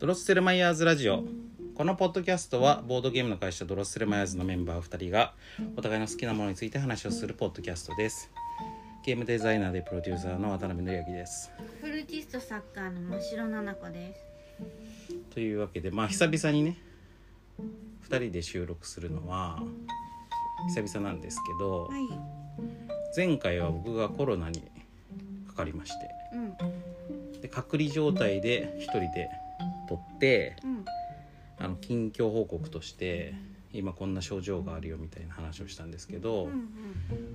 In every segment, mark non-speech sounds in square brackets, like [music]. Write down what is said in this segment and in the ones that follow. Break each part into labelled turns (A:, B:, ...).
A: ロッセルマイヤーズラジオこのポッドキャストはボードゲームの会社ドロッセルマイヤーズのメンバー2人がお互いの好きなものについて話をするポッドキャストですゲームデザイナーでプロデューサーの渡辺紀之です
B: フルーティストサッカーの真城菜々子です。
A: というわけでまあ久々にね2人で収録するのは久々なんですけど、
B: い。
A: 前回は僕がコロナにかかりまして
B: うん
A: で隔離状態で1人で撮って
B: うん
A: あの近況報告として今こんな症状があるよみたいな話をしたんですけど、
B: うんうん。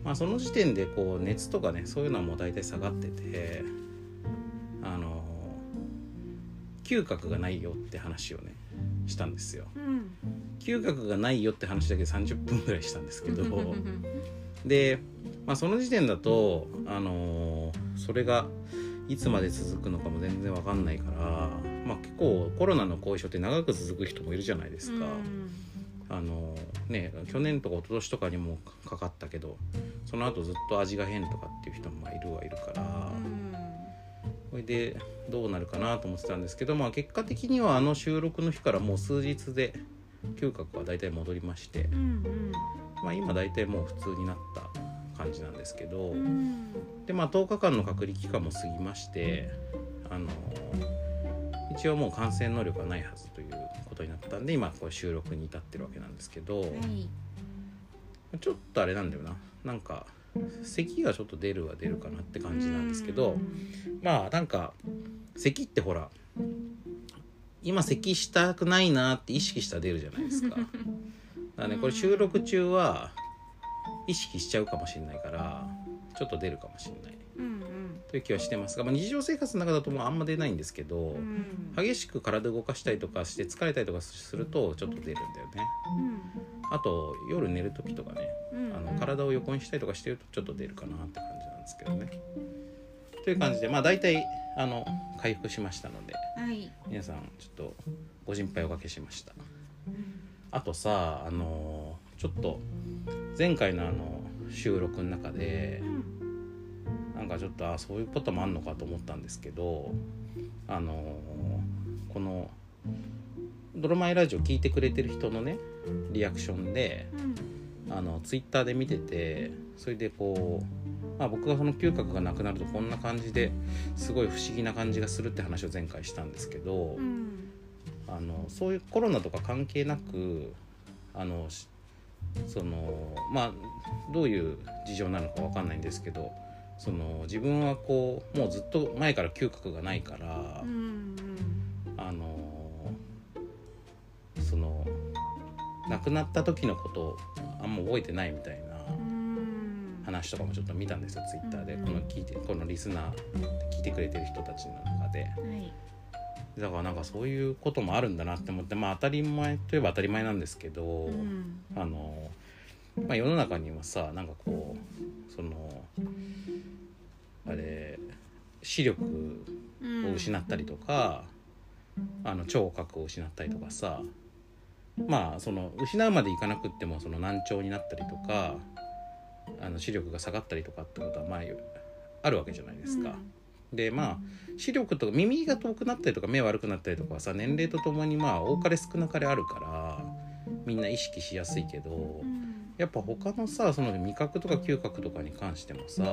A: まあ、その時点でこう熱とかねそういうのはもう大体下がっててあの嗅覚がないよって話をねしたんですよ
B: うん。
A: 嗅覚がないよって話だけで30分ぐらいしたんですけど
B: [laughs] う
A: で、まあ、その時点だとあのそれがいつまで続くのかも全然わかんないから、まあ、結構コロナの後遺症って長く続く人もいるじゃないですか。
B: ん
A: あのね、去年とか一昨年とかにもかかったけどその後ずっと味が変とかっていう人もまあいるはいるからそれでどうなるかなと思ってたんですけど、まあ、結果的にはあの収録の日からもう数日で嗅覚は大体戻りまして
B: う、ん
A: まあ、今大体もう普通になった感じなんですけど
B: うんうん
A: で、まあ、10日間の隔離期間も過ぎましてあの一応もう感染能力はないはずということになったんで今こう収録に至ってるわけなんですけど。
B: はい。
A: ちょっとあれなんだよななんか咳がちょっと出るは出るかなって感じなんですけど、まあなんか咳ってほら今咳したくないなって意識したら出るじゃないですかだからねこれ収録中は意識しちゃうかもしれないからちょっと出るかもしれない
B: うんうん
A: という気はしてますが、まあ、日常生活の中だともうあんま出ないんですけど
B: うん。い。
A: 激しく体動かしたりとかして疲れたりとかするとちょっと出るんだよねあと夜寝る時とかね
B: うん。
A: あの体を横にしたりとかしてるとちょっと出るかなって感じなんですけどね。という感じでまあ大体あの回復しましたので
B: はい。
A: 皆さんちょっとご心配おかけしました。あとさあのちょっと前回のあの収録の中で
B: うん
A: なんかちょっとあそういうこともあんのかと思ったんですけどあのこの「ドロマイラジオ」聞いてくれてる人のねリアクションで
B: うん
A: あのツイッターで見ててそれでこう、まあ、僕がその嗅覚がなくなるとこんな感じですごい不思議な感じがするって話を前回したんですけど、
B: うん
A: あのそういうコロナとか関係なくあのしそのまあどういう事情なのかわかんないんですけどその自分はこうもうずっと前から嗅覚がないから。
B: うん
A: あのーその亡くなった時のことをあんま覚えてないみたいな
B: うん。
A: 話とかもちょっと見たんですよツイッターで
B: うん
A: この聞いてこのリスナー聞いてくれてる人たちの中で
B: はい。
A: だからなんかそういうこともあるんだなって思ってまあ当たり前といえば当たり前なんですけど、
B: うん
A: あのーまあ、世の中にはさなんかこうそのあれ視力
B: うん。
A: を失ったりとか、あの聴覚を失ったりとかさまあその失うまでいかなくってもその難聴になったりとかあの視力が下がったりとかってことはまああるわけじゃないですか。でまあ視力とか耳が遠くなったりとか目悪くなったりとかはさ年齢とともにまあ多かれ少なかれあるからみんな意識しやすいけど
B: う。ん。
A: やっぱ他のさその味覚とか嗅覚とかに関してもさ、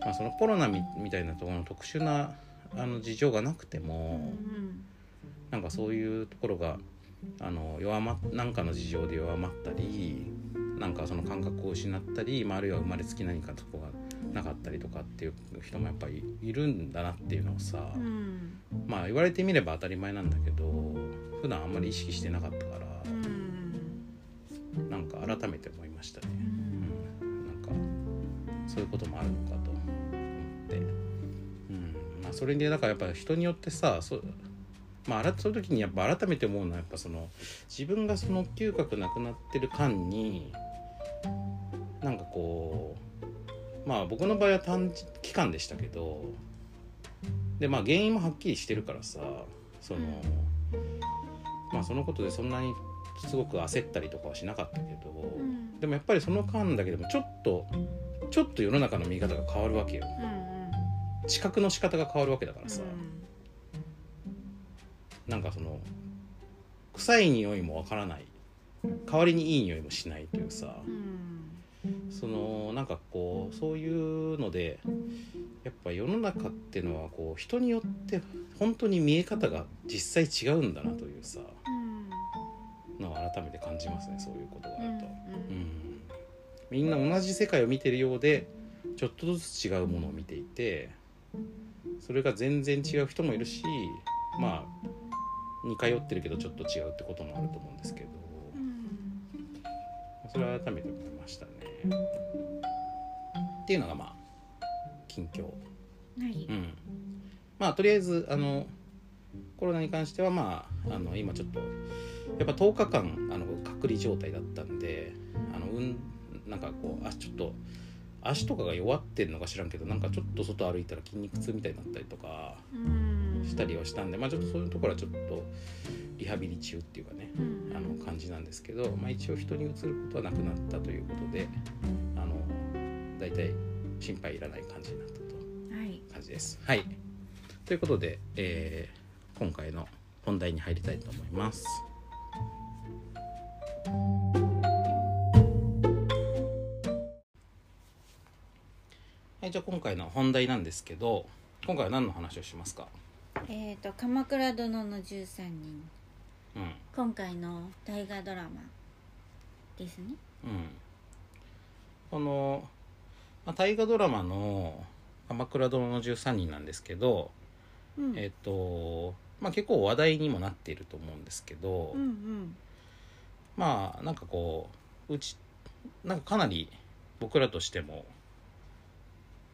A: まあ、そのコロナみみたいなところの特殊なあの事情がなくても
B: うん
A: なんかそういうところがあの弱まなんかの事情で弱まったりなんかその感覚を失ったり、まあ、あるいは生まれつき何かとこがなかったりとかっていう人もやっぱりいるんだなっていうのをさ、
B: うん
A: まあ言われてみれば当たり前なんだけど普段あんまり意識してなかったから
B: うん
A: なんか改めて思いましたね。うんなんかそういうこともあるのかと思って、うんまあ、それでだからやっぱ人によってさそうまあ、改そういう時にやっぱ改めて思うのはやっぱその自分がその嗅覚なくなってる間になんかこうまあ僕の場合は短期間でしたけどでまあ原因もはっきりしてるからさその、まあそのことでそんなにすごく焦ったりとかはしなかったけど、
B: うん
A: でもやっぱりその間だけでもちょっとちょっと世の中の見え方が変わるわけよ
B: うんうん
A: 知覚の仕方が変わるわけだからさ、
B: うん
A: なんかその臭い匂いもわからない代わりにいい匂いもしないというさ
B: うん
A: そのなんかこうそういうのでやっぱ世の中っていうのはこう人によって本当に見え方が実際違うんだなというさ
B: うん
A: のを改めて感じますねそういうことがあると。う
B: うん
A: んみんな同じ世界を見てるようでちょっとずつ違うものを見ていてそれが全然違う人もいるしまあ似通ってるけどちょっと違うってこともあると思うんですけど
B: うん
A: それは改めて思いましたね。っていうのがまあ近況。
B: はい
A: うん、まあとりあえずあのコロナに関してはまああの今ちょっとやっぱ10日間あの隔離状態だったんであのうんなんかこうあちょっと足とかが弱ってんのか知らんけどなんかちょっと外歩いたら筋肉痛みたいになったりとか
B: うん
A: したりはしたんでまあちょっとそういうところはちょっとリハビリ中っていうかね
B: うん
A: あの感じなんですけど、まあ、一応人にうつることはなくなったということであの大体心配いらない感じになったと。
B: はい
A: 感じです。はい。ということで、えー今回の本題に入りたいと思います。はい、じゃあ今回の本題なんですけど、今回は何の話をしますか。
B: えっと「鎌倉殿の13人
A: うん、うん」
B: 今回の大河ドラマですね。
A: この、まあ、大河ドラマの鎌倉殿の13人なんですけど、
B: うん
A: えっ、と、まあ結構話題にもなっていると思うんですけど、
B: うんうん
A: まあなんかこううちなんかかなり僕らとしても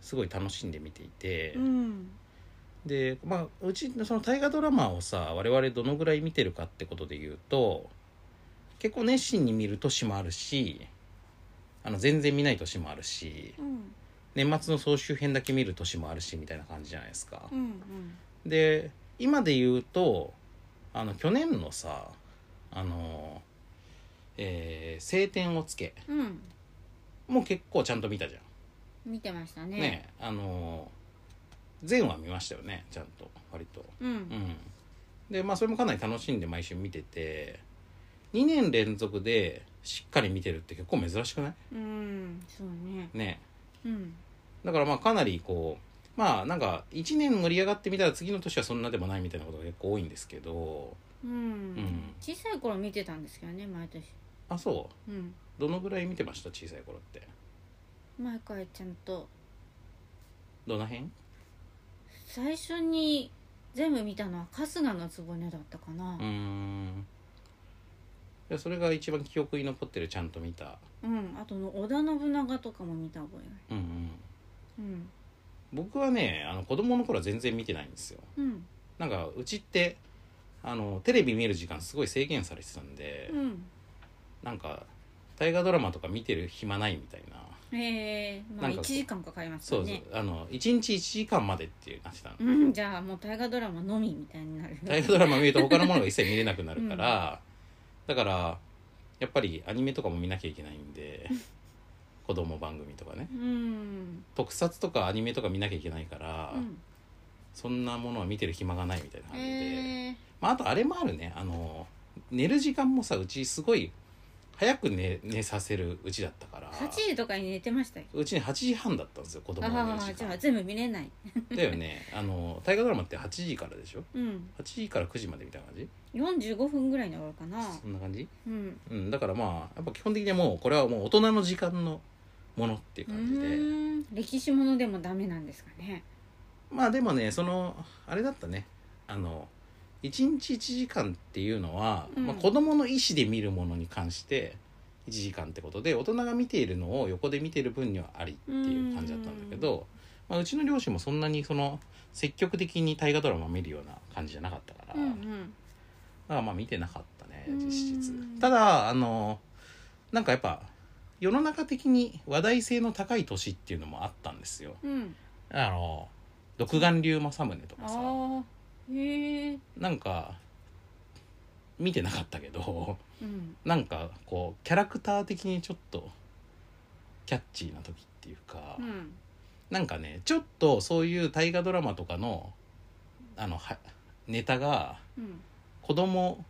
A: すごい楽しんで見ていて、
B: うん
A: でまあうちのその大河ドラマをさ我々どのぐらい見てるかってことで言うと結構熱心に見る年もあるしあの全然見ない年もあるし
B: うん
A: 年末の総集編だけ見る年もあるしみたいな感じじゃないですか。
B: うん
A: で今で言うとあの去年のさあの、えー晴天をつけ
B: うんうん
A: もう結構ちゃんと見たじゃ
B: 見てました
A: ん
B: ね
A: ねあの前は見ましたよねちゃんと割と
B: うん
A: うんでまあそれもかなり楽しんで毎週見てて2年連続でしっかり見てるって結構珍しくない
B: うんそうね
A: ね
B: うん
A: だからまあかなりこうまあなんか1年盛り上がってみたら次の年はそんなでもないみたいなことが結構多いんですけど
B: うん、
A: ん
B: 小さい頃見てたんですけどね毎年
A: あそう
B: うん
A: どのぐらい見てました小さい頃って
B: 毎回ちゃんと
A: どの辺
B: 最初に全部見たのは春日の局だったかな
A: うーんいやそれが一番記憶に残ってるちゃんと見た
B: うん、あとの織田信長とかも見た覚えが
A: うん
B: あ
A: うん
B: るうん
A: 僕はねあの子供の頃は全然見てないんですよ
B: うん
A: なんかうちってあのテレビ見る時間すごい制限されてたんで、
B: うん
A: なんか大河ドラマとか見てる暇ないみたいな
B: えー、
A: な
B: まあ
A: んか
B: 1時間かかります
A: そ
B: よ
A: うそう、
B: ね
A: あの1日1時間までってなってたの
B: うんじゃあもう大河ドラマのみみたいになる
A: 大河ドラマ見ると他のものが一切見れなくなるから、だからやっぱりアニメとかも見なきゃいけないんで子供番組とかね
B: うん
A: 特撮とかアニメとか見なきゃいけないから、
B: うん
A: そんなものは見てる暇がないみたいな感じで、
B: えー、
A: まあ、あとあれもあるねあの寝る時間もさうちすごい早く寝寝させるうちだったから
B: 8時とかに寝てましたよ
A: うちに8時半だったんですよ子供の
B: あ
A: 寝
B: あ
A: る時
B: じゃあ
A: 間
B: 全部見れない
A: だよねあの大河ドラマって8時からでしょ
B: うん
A: 8時から9時までみたいな感じ
B: 45分ぐらいに終わるかな
A: そんな感じ
B: うん
A: うんだからまあやっぱ基本的にはもうこれはもう大人の時間のものっていう
B: う
A: 感じで
B: ーん歴史ものでもダメなんですかね
A: まあでもねそのあれだったねあの1日1時間っていうのは、
B: うん
A: まあ、子供の意思で見るものに関して1時間ってことで大人が見ているのを横で見てる分にはありっていう感じだったんだけど、うまあ、うちの両親もそんなにその積極的に大河ドラマを見るような感じじゃなかったから、
B: うんう
A: だか
B: ん
A: らまあ見てなかったね
B: うん
A: 実質ただあのなんかやっぱ世の中的に話題性の高い年っていうのもあったんですよ
B: うん
A: あの独眼竜政宗とかさ
B: ああへえ
A: なんか見てなかったけど [laughs]
B: うん
A: なんかこうキャラクター的にちょっとキャッチーな時っていうか、
B: うん
A: なんかねちょっとそういう大河ドラマとかのあのはネタが
B: うん
A: 子供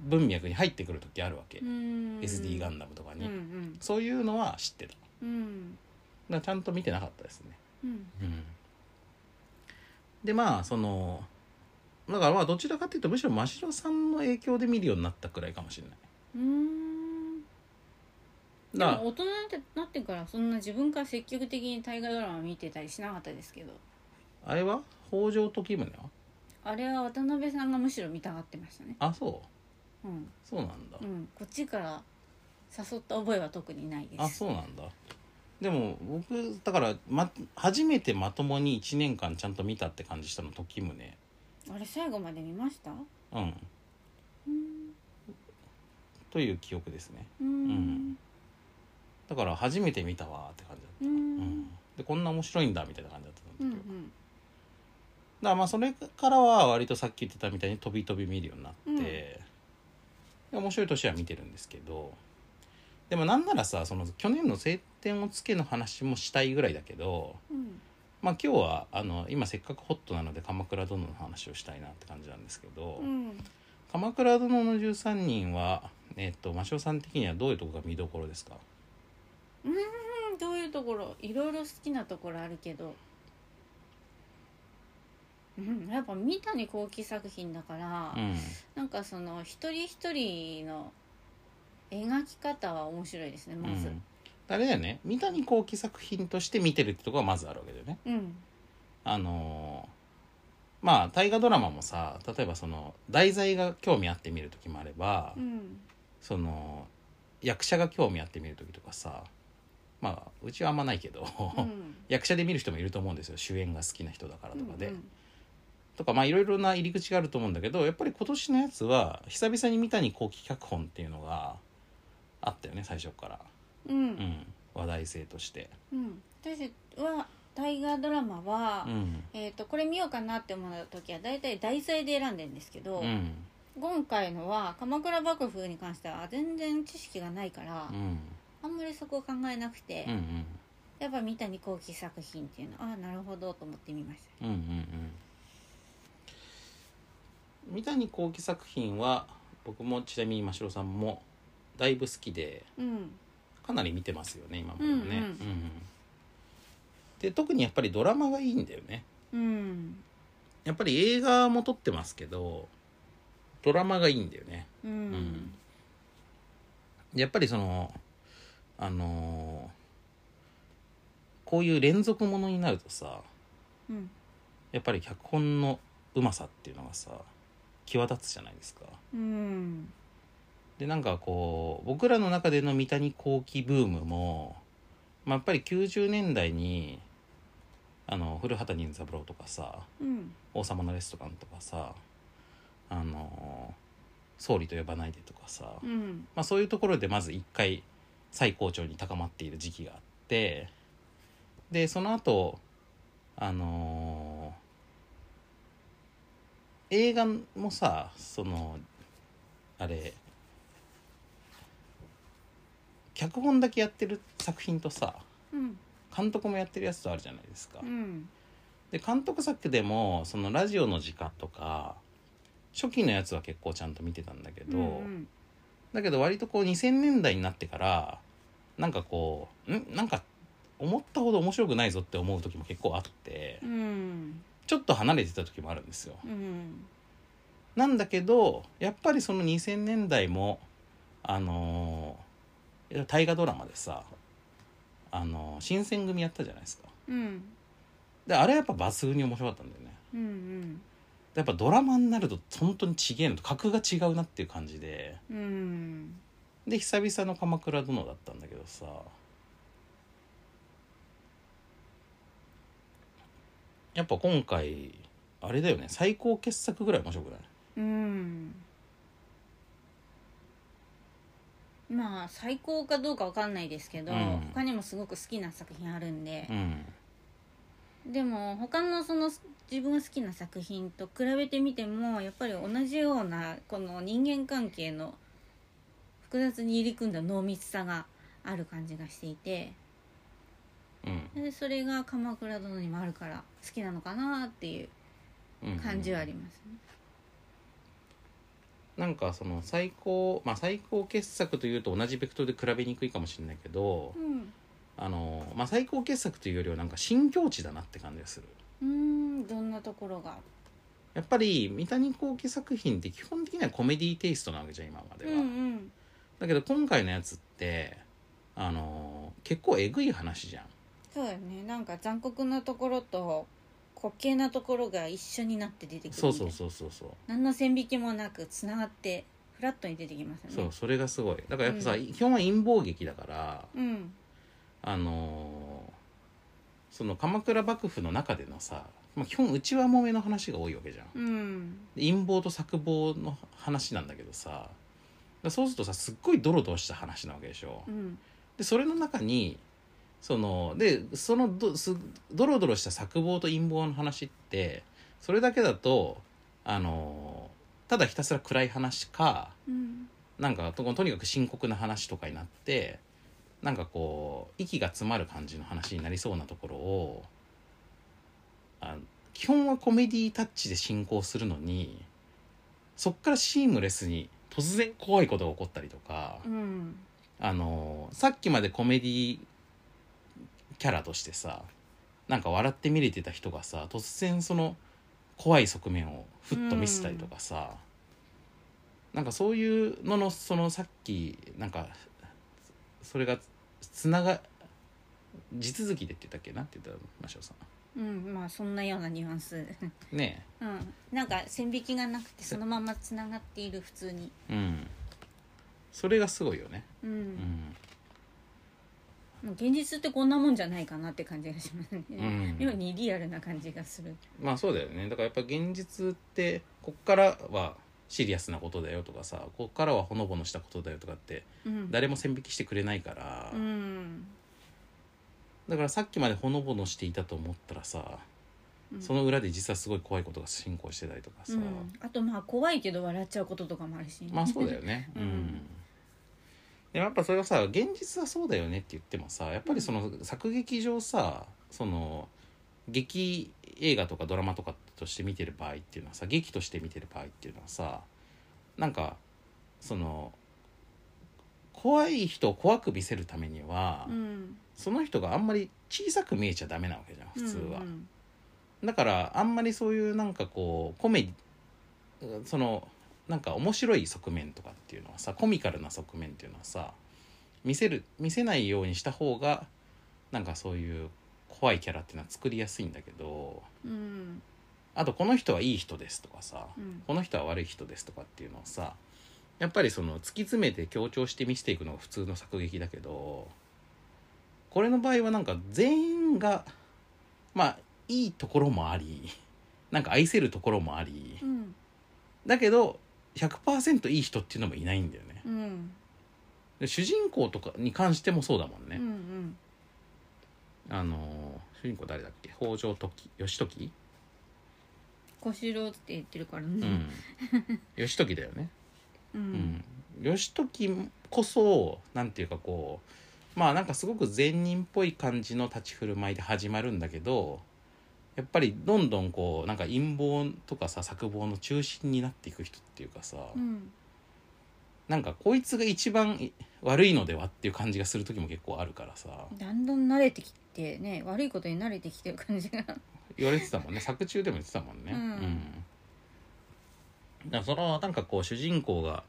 A: 文脈に入ってくる時あるわけ、
B: うん
A: SD ガンダムとかに、
B: うん
A: そういうのは知ってただか
B: うんうん
A: らちゃんと見てなかったですね
B: うん
A: うんでまあそのだからまあどちらかというとむしろ真城さんの影響で見るようになったくらいかもしれないう
B: ーんで
A: だから
B: も大人になってからそんな自分から積極的に大河ドラマ見てたりしなかったですけど
A: あれは北条時宗は
B: あれは渡辺さんがむしろ見たがってましたね
A: あそう
B: うん、
A: そうなんだ、
B: うん、こっちから誘った覚えは特にないです
A: あそうなんだでも僕だから、ま、初めてまともに1年間ちゃんと見たって感じしたの時宗
B: あれ最後まで見ました
A: うん
B: うん
A: という記憶ですね
B: う
A: うん
B: ん
A: だから初めて見たわーって感じだっ
B: うんう
A: た、うん
B: ん
A: でこんな面白いんだみたいな感じだった
B: うん
A: だけど、だ
B: ん
A: からまあそれからは割とさっき言ってたみたいに飛び飛び見るようになって、
B: うん
A: で面白い年は見てるんですけどでもなんならさその去年の「晴天をつけ」の話もしたいぐらいだけど
B: うん
A: まあ今日はあの今せっかくホットなので「鎌倉殿」の話をしたいなって感じなんですけど「
B: うん
A: 鎌倉殿の13人は」えっと真オさん的にはどういうとこが見どころですか
B: どういうところいろいろ好きなところあるけどうんやっぱ三谷幸喜作品だから、
A: うん
B: なんかその一人一人の描き方は面白いですねまず
A: うんあれだよね三谷幸喜作品として見てるってとこがまずあるわけだよね。
B: うん
A: あのーまあ大河ドラマもさ例えばその題材が興味あって見る時もあれば、
B: うん
A: その役者が興味あって見る時とかさまあうちはあんまないけど、
B: うん
A: [laughs] 役者で見る人もいると思うんですよ主演が好きな人だからとかで。
B: うん
A: とかまあいろいろな入り口があると思うんだけどやっぱり今年のやつは久々に三谷幸喜脚本っていうのがあったよね最初から、
B: うんうん
A: うん、話題性として。
B: うん私は大河ドラマは、
A: うん
B: えー、とこれ見ようかなって思う時は大体題材で選んでるんですけど、
A: うん
B: 今回のは鎌倉幕府に関しては全然知識がないから、
A: うん
B: あんまりそこを考えなくて、
A: うんうん
B: やっぱ三谷幸喜作品っていうのああなるほどと思って見まし
A: うんうんうん三谷幸喜作品は僕もちなみに真城さんもだいぶ好きで
B: たうん
A: かなり見てますよね今までもね。
B: うんうん
A: で特にやっぱりドラマがいいんだよね。
B: うん
A: やっぱり映画も撮ってますけどドラマがいいんだよね。
B: うん、
A: んやっぱりそのあのーこういう連続ものになるとさ
B: うん
A: やっぱり脚本のうまさっていうのがさ際立つじゃないですか。
B: うん
A: でなんかこう僕らの中での三谷幸喜ブームも、まあ、やっぱり90年代にあの古畑任三郎とかさ
B: うん
A: 「王様のレストラン」とかさ「あの総理と呼ばないで」とかさ、
B: うん
A: まあ、そういうところでまず一回最高潮に高まっている時期があってでその後あのー映画もさそのあれ脚本だけやってる作品とさ
B: うん
A: 監督もやってるやつとあるじゃないですか。
B: うん
A: で監督作でもそのラジオの時間とか初期のやつは結構ちゃんと見てたんだけど。
B: うん
A: だけど割とこう2000年代になってからなんかこうんなんか思ったほど面白くないぞって思う時も結構あって
B: うん
A: ちょっと離れてた時もあるんですよ
B: うん
A: なんだけどやっぱりその2000年代もあのー大河ドラマでさあのー新選組やったじゃないですか
B: うん
A: であれはやっぱ抜群に面白かったんだよね
B: うんうん
A: やっぱドラマになると本当に違えのと格が違うなっていう感じで
B: うん
A: で久々の「鎌倉殿」だったんだけどさやっぱ今回あれだよね最高傑作ぐらい面白くない
B: うんまあ最高かどうかわかんないですけど、
A: うん
B: 他にもすごく好きな作品あるんで
A: う、ん
B: でも他のその自分が好きな作品と比べてみてもやっぱり同じようなこの人間関係の複雑に入り組んだ濃密さがある感じがしていて
A: うん
B: でそれが「鎌倉殿」にもあるから好きなのかなっていう
A: うん
B: 感じはありますね。
A: なんかその最高まあ最高傑作というと同じベクトルで比べにくいかもしれないけど、
B: うん
A: あのまあ最高傑作というよりはなんか新境地だなって感じがする
B: うーんどんなところが
A: やっぱり三谷幸喜作品って基本的にはコメディテイストなわけじゃん今まで
B: う
A: は、
B: んうん
A: だけど今回のやつってあの結構えぐい話じゃん
B: そうだよねなんか残酷なところと滑稽なところが一緒になって出てくるみたい
A: そう
B: な
A: そうそうそうそう
B: 何の線引きもなくつながってフラットに出てきますよね
A: そうそれがすごいだからやっぱさ、
B: う
A: 基本は陰謀劇だから
B: うん
A: あのーその鎌倉幕府の中でのさ、まあ、基本内輪もめの話が多いわけじゃん
B: うん
A: 陰謀と策謀の話なんだけどさだからそうするとさすっごいドロドロした話なわけでしょ
B: うん
A: でそれの中にそのでそのどすドロドロした策謀と陰謀の話ってそれだけだとあのーただひたすら暗い話か
B: うん
A: なんかととにかく深刻な話とかになってなんかこう息が詰まる感じの話になりそうなところをあ基本はコメディタッチで進行するのにそっからシームレスに突然怖いことが起こったりとか、
B: うん
A: あのさっきまでコメディキャラとしてさなんか笑って見れてた人がさ突然その怖い側面をふっと見せたりとかさ、なんかそういうののそのさっきなんかそれがつなが地続きでって言ったっけなって言ったマシオさ
B: うんまあそんなようなニュアンス
A: んね
B: うんなんか線引きがなくてそのままつながっている普通に
A: えうんそれがすごいよね
B: う、
A: うんん
B: もう現実ってこんなもんじゃないかなって感じがしますね、
A: ん
B: 今にリアルな感じがする
A: まあそうだよねだからやっぱ現実ってこっからはシリアスなことだよとかさこっからはほのぼのしたことだよとかって
B: うん
A: 誰も線引きしてくれないから、
B: うん
A: だからさっきまでほのぼのしていたと思ったらさ、
B: うん
A: その裏で実はすごい怖いことが進行してたりとかさ、
B: うん、あとまあ怖いけど笑っちゃうこととかもあるし、
A: まあそうだよね
B: [laughs] う
A: うんん、でもやっぱそれはさ現実はそうだよねって言ってもさやっぱりその作劇上さその劇映画とかドラマとかとして見てる場合っていうのはさ劇として見てる場合っていうのはさなんかその怖い人を怖く見せるためには、
B: うん、
A: その人があんまり小さく見えちゃダメなわけじゃん普通は、
B: うんうん
A: だからあんまりそういうなんかこうコメそのなんか面白い側面とかっていうのはさコミカルな側面っていうのはさ見せる見せないようにした方がなんかそういう怖いキャラっていうのは作りやすいんだけど
B: うん
A: あとこの人はいい人ですとかさ、
B: うん
A: この人は悪い人ですとかっていうのをさやっぱりその突き詰めて強調して見せていくのが普通の作劇だけどこれの場合はなんか全員がまあいいところもありなんか愛せるところもあり
B: うん
A: だけど100%いい人っていうのもいないんだよね
B: うん
A: で主人公とかに関してもそうだもん
B: う
A: ね、
B: ん
A: あの主人公誰だっけ北条時義時
B: 小四郎って言ってるから
A: う
B: ね
A: ん義時だよね
B: う
A: うんん、義時こそなんていうかこうまあなんかすごく善人っぽい感じの立ち振る舞いで始まるんだけどやっぱりどんどんこうなんか陰謀とかさ策謀の中心になっていく人っていうかさ、
B: うん
A: なんかこいつが一番い悪いのではっていう感じがする時も結構あるからさ
B: だんだん慣れてきてね悪いことに慣れてきてる感じが [laughs]
A: 言われてたもんね作中でも言ってたもんね。
B: うん
A: うんだからそのなんかこう主人公が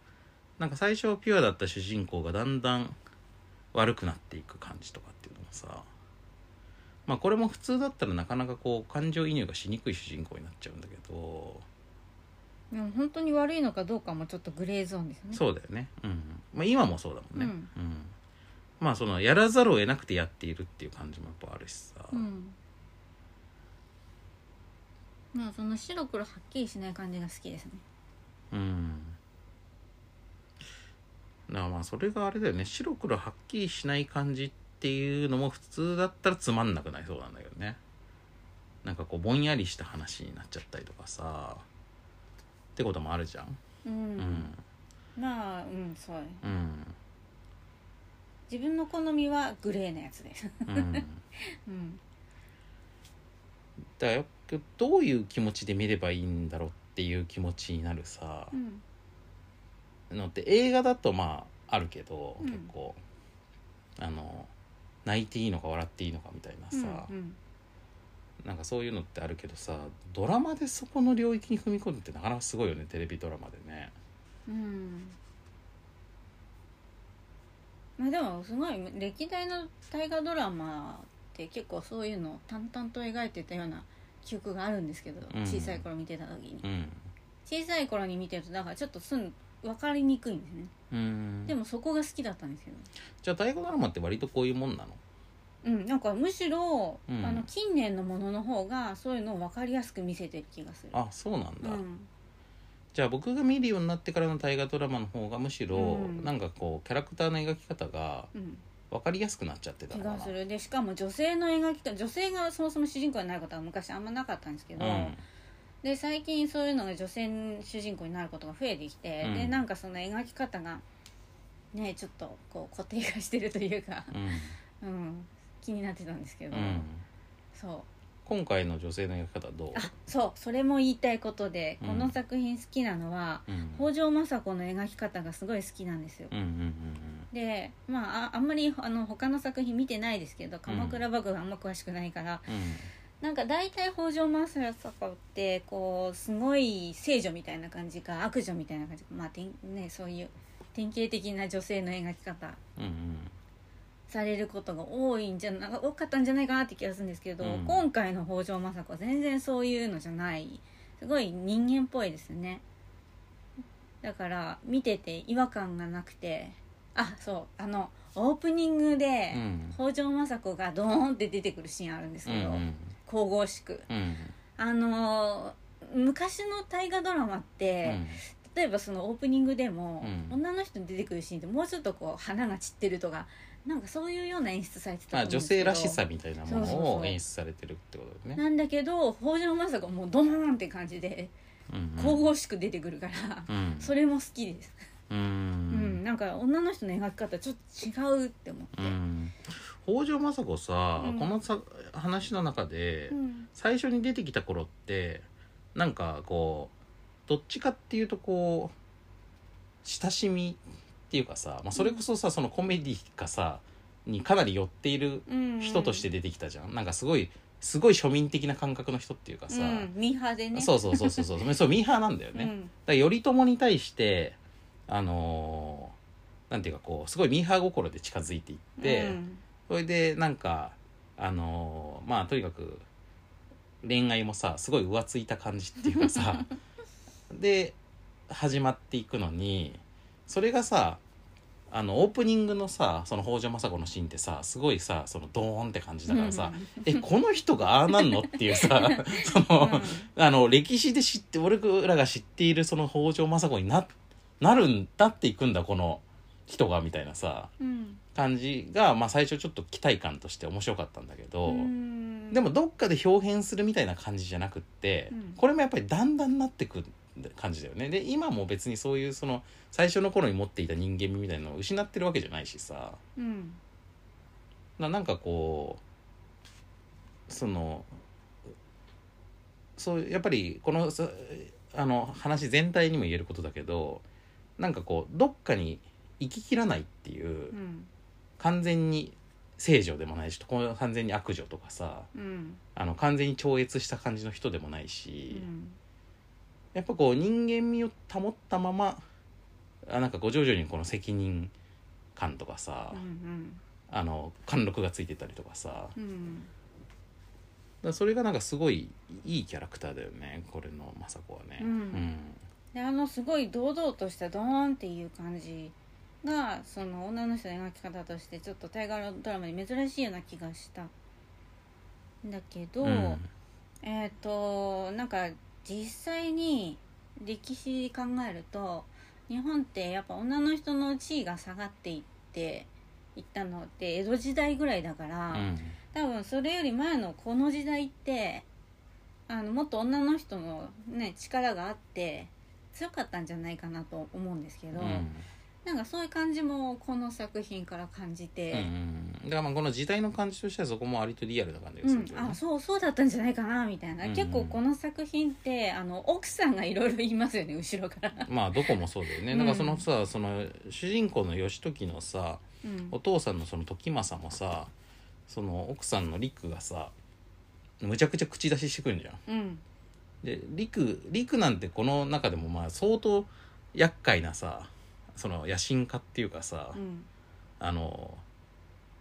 A: なんか最初ピュアだった主人公がだんだん悪くなっていく感じとかっていうのもさまあこれも普通だったらなかなかこう感情移入がしにくい主人公になっちゃうんだけど、
B: でも本当に悪いのかどうかもちょっとグレーゾーンですよね
A: そうだよね、うんまあ、今もそうだもんね、
B: うん
A: うんまあそのやらざるを得なくてやっているっていう感じもやっぱあるしさ、
B: うんまあその白黒はっきりしない感じが好きですね
A: うんだからまあそれがあれだよね白黒はっきりしない感じっていうのも普通だったらつまんなくなりそうなんだけどねなんかこうぼんやりした話になっちゃったりとかさってこともあるじゃん
B: うん、
A: うん
B: まあうんそう
A: うん
B: 自分の好みはグレーなやつです
A: うんだか
B: うん
A: らよくどういう気持ちで見ればいいんだろうっていう気持ちになるさ
B: うん
A: のって映画だとまああるけど、
B: うん
A: 結構あの泣いていいのか笑っていいのかみたいなさ、
B: うん
A: なんかそういうのってあるけどさドラマでそこの領域に踏み込むってなかなかすごいよねテレビドラマでね。
B: うんうんまあでもすごい歴代の大河ドラマって結構そういうのを淡々と描いてたような記憶があるんですけど、
A: うん
B: 小さい頃見てた時に
A: うん
B: 小さい頃に見てるとだからちょっとすん分かりにくいんですね
A: うん
B: でもそこが好きだったんですよね
A: じゃあ大河ドラマって割とこういうもんなの
B: うん、なんかむしろ、
A: うん
B: あの近年のものの方がそういうのを分かりやすく見せてる気がする
A: あそうなん
B: う
A: だ、
B: ん
A: じゃあ僕が見るようになってからの大河ドラマの方がむしろ、
B: うん
A: なんかこうキャラクターの描き方が
B: うん、
A: 分かりやすくなっちゃってた
B: 気
A: のかな
B: がするでしかも女性の描き方女性がそもそも主人公になることは昔あんまなかったんですけど、
A: うん
B: で最近そういうのが女性主人公になることが増えてきて、
A: うん
B: でなんかその描き方がねちょっとこう固定化してるというか、 [laughs] うん、気になってたんですけ
A: うん
B: ど、
A: うん、
B: そう
A: 今回の女性の描き方どう
B: あそうそれも言いたいことで、
A: うん
B: この作品好きなのは
A: うん
B: 北条政子の描き方がすごい好きなんですよ
A: うんうん
B: でまあああんまりあの他の作品見てないですけど鎌倉幕府あんま詳しくないから、
A: うんうん
B: なんか大体北条政子ってこうすごい聖女みたいな感じか悪女みたいな感じかまあてんねそういう典型的な女性の描き方
A: うんうん
B: されることが多いんじゃな多かったんじゃないかなって気がするんですけど、
A: うん
B: 今回の北条政子は全然そういうのじゃないすごい人間っぽいですねだから見てて違和感がなくてあそうあのオープニングで
A: うん
B: 北条政子がドーンって出てくるシーンあるんです
A: う
B: けど、
A: ん
B: 神々しく
A: うんうん
B: あのー昔の大河ドラマって、例えばそのオープニングでも、
A: うん
B: 女の人出てくるシーンってもうちょっとこう花が散ってるとかなんかそういうような演出されてたと
A: ま
B: 思
A: あ
B: うんで
A: 女
B: すけ
A: 性
B: ど
A: らしさみたいなも
B: そうそう
A: の
B: そ
A: を
B: う
A: 演出されてるってことだよね
B: なんだけど北条政子もうドーンって感じで
A: うんうん
B: 神々しく出てくるから、
A: うん
B: それも好きです、
A: う
B: うん
A: ん
B: なんか女の人の描き方ちょっと違うって思って、
A: うん北条政子さ、
B: うん
A: このさ話の中で、
B: うん
A: 最初に出てきた頃ってなんかこうどっちかっていうとこう親しみっていうかさ、まあ、それこそさ、そのコメディかさにかなり寄っている
B: うん
A: 人として出てきたじゃん、なんかすごいすごい庶民的な感覚の人っていうか
B: う
A: さ、
B: ん、ミーハーでね
A: そうそうそうそうそうそうミーハーなんだよね、だから頼朝に対してあのーなんていうかこうすごいミーハー心で近づいていっ
B: うん、
A: て、
B: うん
A: それでなんかあのーまあとにかく恋愛もさすごい浮ついた感じっていうか
B: [laughs]
A: さで始まっていくのにそれがさあのオープニングのさその北条政子のシーンってさすごいさそのドーンって感じだからさ、えこの人がああなんのっていう
B: [laughs]
A: さその、あの歴史で知って俺らが知っているその北条政子にななるんだっていくんだこの人がみたいなさ。 [laughs]
B: うん
A: 感じが、まあ、最初ちょっと期待感として面白かったんだけ
B: う
A: ど、
B: ん
A: でもどっかで表現するみたいな感じじゃなくって、
B: うん
A: これもやっぱりだんだんなってく感じだよねで今も別にそういうその最初の頃に持っていた人間味みたいなのを失ってるわけじゃないしさ
B: うん
A: ななんかこうそのそうやっぱりこのさあの話全体にも言えることだけどなんかこうどっかに行ききらないっていう。
B: うん
A: 完全に正常でもないしこの完全に悪女とかさ
B: うん
A: あの完全に超越した感じの人でもないうし、
B: ん
A: やっぱこう人間味を保ったままあなんかこう徐々にこの責任感とかさ、
B: うん
A: あの貫禄がついてたりとかさだか
B: うん
A: らそれがなんかすごいいいキャラクターだよねこれの政子はね。
B: うんであのすごい堂々としたドーンっていう感じがその女の人の描き方としてちょっと大河ドラマに珍しいような気がしたんだけど、
A: うん
B: えっ、となんか実際に歴史考えると日本ってやっぱ女の人の地位が下がっていっていったのって江戸時代ぐらいだから。
A: うん
B: 多分それより前のこの時代ってあのもっと女の人の、ね、力があって強かったんじゃないかなと思うんですけど、
A: うん
B: なんかそういう感じもこの作品から感じ
A: うんう
B: て、
A: んだからまあこの時代の感じとしてはそこも割とリアルな感じが
B: う
A: す
B: ん
A: るけどね
B: あそうそうだったんじゃないかなみたいな、
A: うんうん
B: 結構この作品ってあの奥さんがいろいろ言いますよね後ろから。
A: まあどこもそうだよね、
B: うん
A: なんかそのさその主人公の義時のさ
B: うん
A: お父さんのその時政もさその奥さんの陸がさむちゃくちゃ口出ししてくるんじゃん
B: うん
A: で陸陸なんてこの中でもまあ相当厄介なさその野心家っていうかさ、
B: うん
A: あの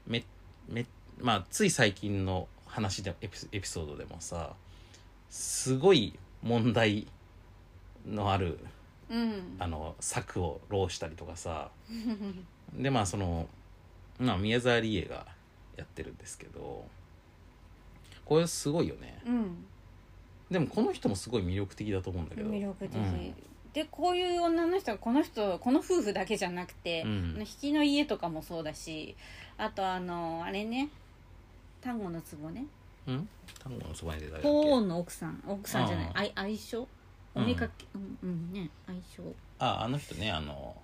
A: めめまあつい最近の話でエピエピソードでもさすごい問題のある
B: うん
A: あの策を浪したりとかさでまあその、まあ、宮沢りえがやってるんですけどこれすごいよね
B: うん
A: でもこの人もすごい魅力的だと思うんだけど
B: 魅力的、
A: うん
B: でこういう女の人はこの人この夫婦だけじゃなくて、
A: うん
B: 引きの家とかもそうだしあとあのあれね丹後の壺ね
A: うん丹後のそばに出たりだっ
B: 法
A: け
B: 皇の奥さん奥さんじゃない
A: ああ
B: あい相性お見かけうん、うん、ね相性
A: ああの人ねあの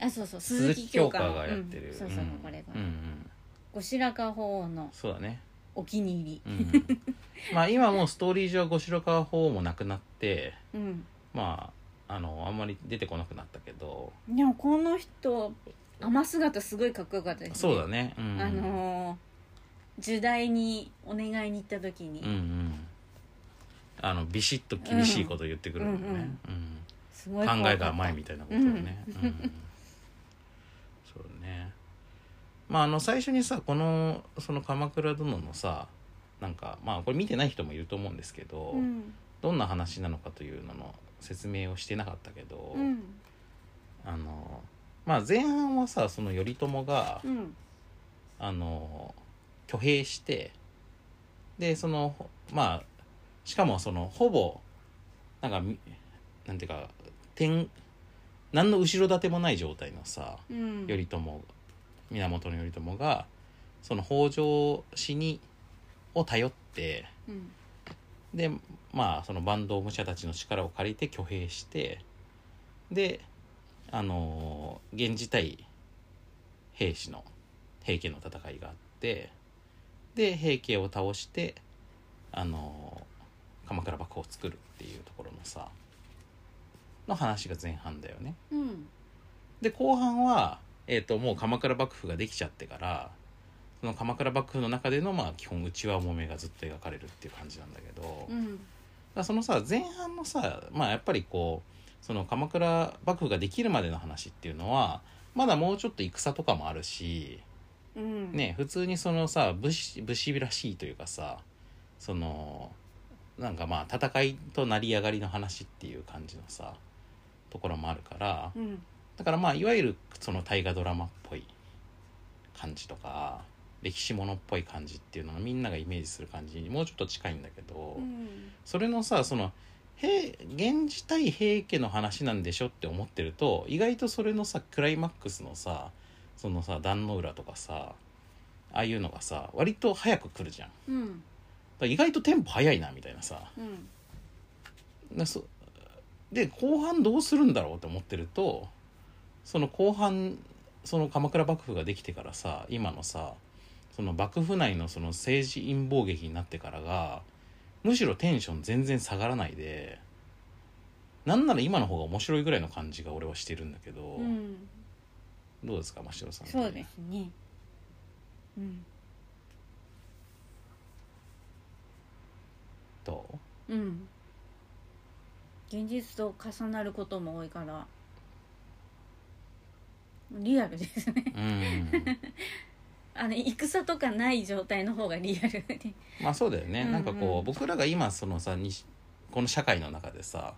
B: あそうそう
A: 鈴
B: 鈴木
A: 木
B: 京
A: 京
B: 香
A: 香
B: の
A: がやってる、
B: うんそうそう、
A: ん
B: これが、
A: うんうん
B: 後白河法皇の
A: そうだね
B: お気に入り
A: うん [laughs] まあ今もうストーリー上後白河法皇もなくなって
B: うん
A: まああのあんまり出てこなくなったけど
B: でもこの人雨姿すごいかっこよかったですね
A: そうだね、うん、
B: あのー、時代にお願いに行った時に、
A: うんうんあのビシッと厳しいことを言ってくるんだよね、
B: す
A: う
B: ご
A: ん
B: い怖
A: 考
B: かっ
A: え
B: た
A: が甘いみたいなことをね、うんそうねまああの最初にさこの「その鎌倉殿」のさなんかまあこれ見てない人もいると思うんですけど、
B: うん
A: どんな話なのかというのの説明をしてなかったけど、
B: うん
A: あのまあ前半はさその頼朝が、
B: うん
A: あの挙兵してでそのまあしかもそのほぼなんかみなんていうか天何の後ろ盾もない状態のさ
B: うん
A: 頼朝源頼朝がその北条氏にを頼って
B: うん
A: でまあその坂東武者たちの力を借りて挙兵してであのー源氏対平氏の平家の戦いがあってで平家を倒してあのー鎌倉幕府を作るっていうところのさの話が前半だよね。
B: うん
A: で後半は、えー、ともう鎌倉幕府ができちゃってからその鎌倉幕府の中での、まあ、基本内輪もめがずっと描かれるっていう感じなんだけど。
B: うん
A: だからそのさ前半のさまあやっぱりこうその鎌倉幕府ができるまでの話っていうのはまだもうちょっと戦とかもあるし、
B: うん
A: ね、普通にそのさ武士武士らしいというかさそのなんかまあ戦いと成り上がりの話っていう感じのさところもあるから
B: うん
A: だからまあいわゆるその大河ドラマっぽい感じとか歴史ものっぽい感じっていうのをみんながイメージする感じにもうちょっと近いんだけど。
B: うん
A: それのさその平源氏対平家の話なんでしょって思ってると意外とそれのさクライマックスのさそのさ壇ノ浦とかさああいうのがさ割と早く来るじゃんだか
B: うん
A: ら意外とテンポ早いなみたいなさ
B: うん
A: なそで後半どうするんだろうって思ってるとその後半その鎌倉幕府ができてからさ今のさその幕府内のその政治陰謀劇になってからがむしろテンション全然下がらないでなんなら今の方が面白いぐらいの感じが俺はしてるんだけど、
B: うん
A: どうですか真城さん
B: そうですねうん
A: どう
B: うん現実と重なることも多いからリアルですね
A: うん
B: あの戦とかない状態の方がリアルで
A: まあそうだよね、
B: うんうん
A: なんかこう僕らが今そのさにこの社会の中でさ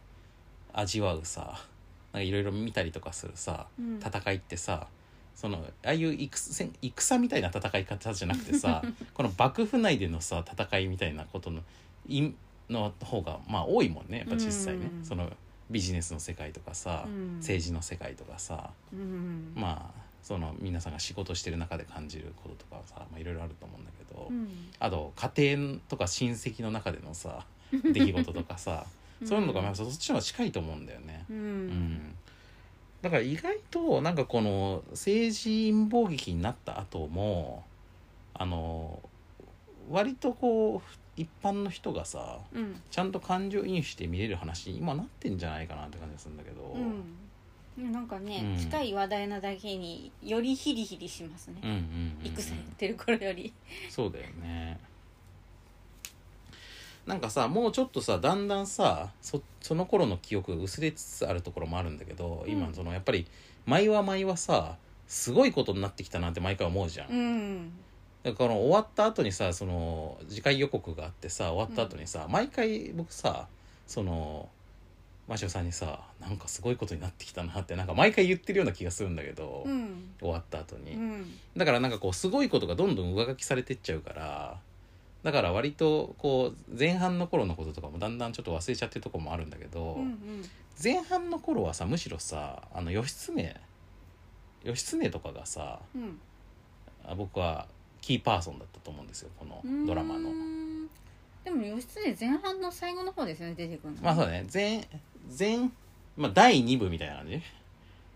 A: 味わうさなんかいろいろ見たりとかするさ
B: うん
A: 戦いってさそのああいう戦戦みたいな戦い方じゃなくて
B: [laughs]
A: さこの幕府内でのさ戦いみたいなことのいの方がまあ多いもんねやっぱ実際ね、
B: うん
A: そのビジネスの世界とかさ、
B: うん
A: 政治の世界とかさ
B: うん
A: まあその皆さんが仕事してる中で感じることとかさまあいろいろあると思うんだけど。
B: うん
A: あと家庭とか親戚の中でのさ [laughs] 出来事とかさそういうのとかまあそっちの方が近いと思うんだよね。
B: う
A: うん
B: ん
A: だから意外となんかこの政治陰謀劇になった後もあの割とこう一般の人がさ
B: うん
A: ちゃんと感情移入して見れる話に今なってんじゃないかなって感じがするんだけど、
B: うんなんかね、
A: うん
B: 近い話題なだけによりヒリヒリしますね、
A: うんうんうんうん
B: 戦やってる頃より
A: そうだよねなんかさもうちょっとさだんだんさそその頃の記憶が薄れつつあるところもあるんだけど、
B: うん
A: 今そのやっぱり毎は毎はさすごいことになってきたなって毎回思うじゃん、
B: うん
A: だからこの終わった後にさその次回予告があってさ終わった後にさ、毎回僕さそのマシオさんにさなんかすごいことになってきたなってなんか毎回言ってるような気がするんだけど、
B: うん
A: 終わった後に、
B: うん
A: だからなんかこうすごいことがどんどん上書きされてっちゃうからだから割とこう前半の頃のこととかもだんだんちょっと忘れちゃってるとこもあるんだけど、
B: うんうん
A: 前半の頃はさむしろさあの義経義経とかがさ
B: うん
A: あ僕はキーパーソンだったと思うんですよこのドラマの
B: う。ーんでも義経前半の最後の方ですよね出てくるの
A: まあそうだね前前、まあ、第2部みたいな感じ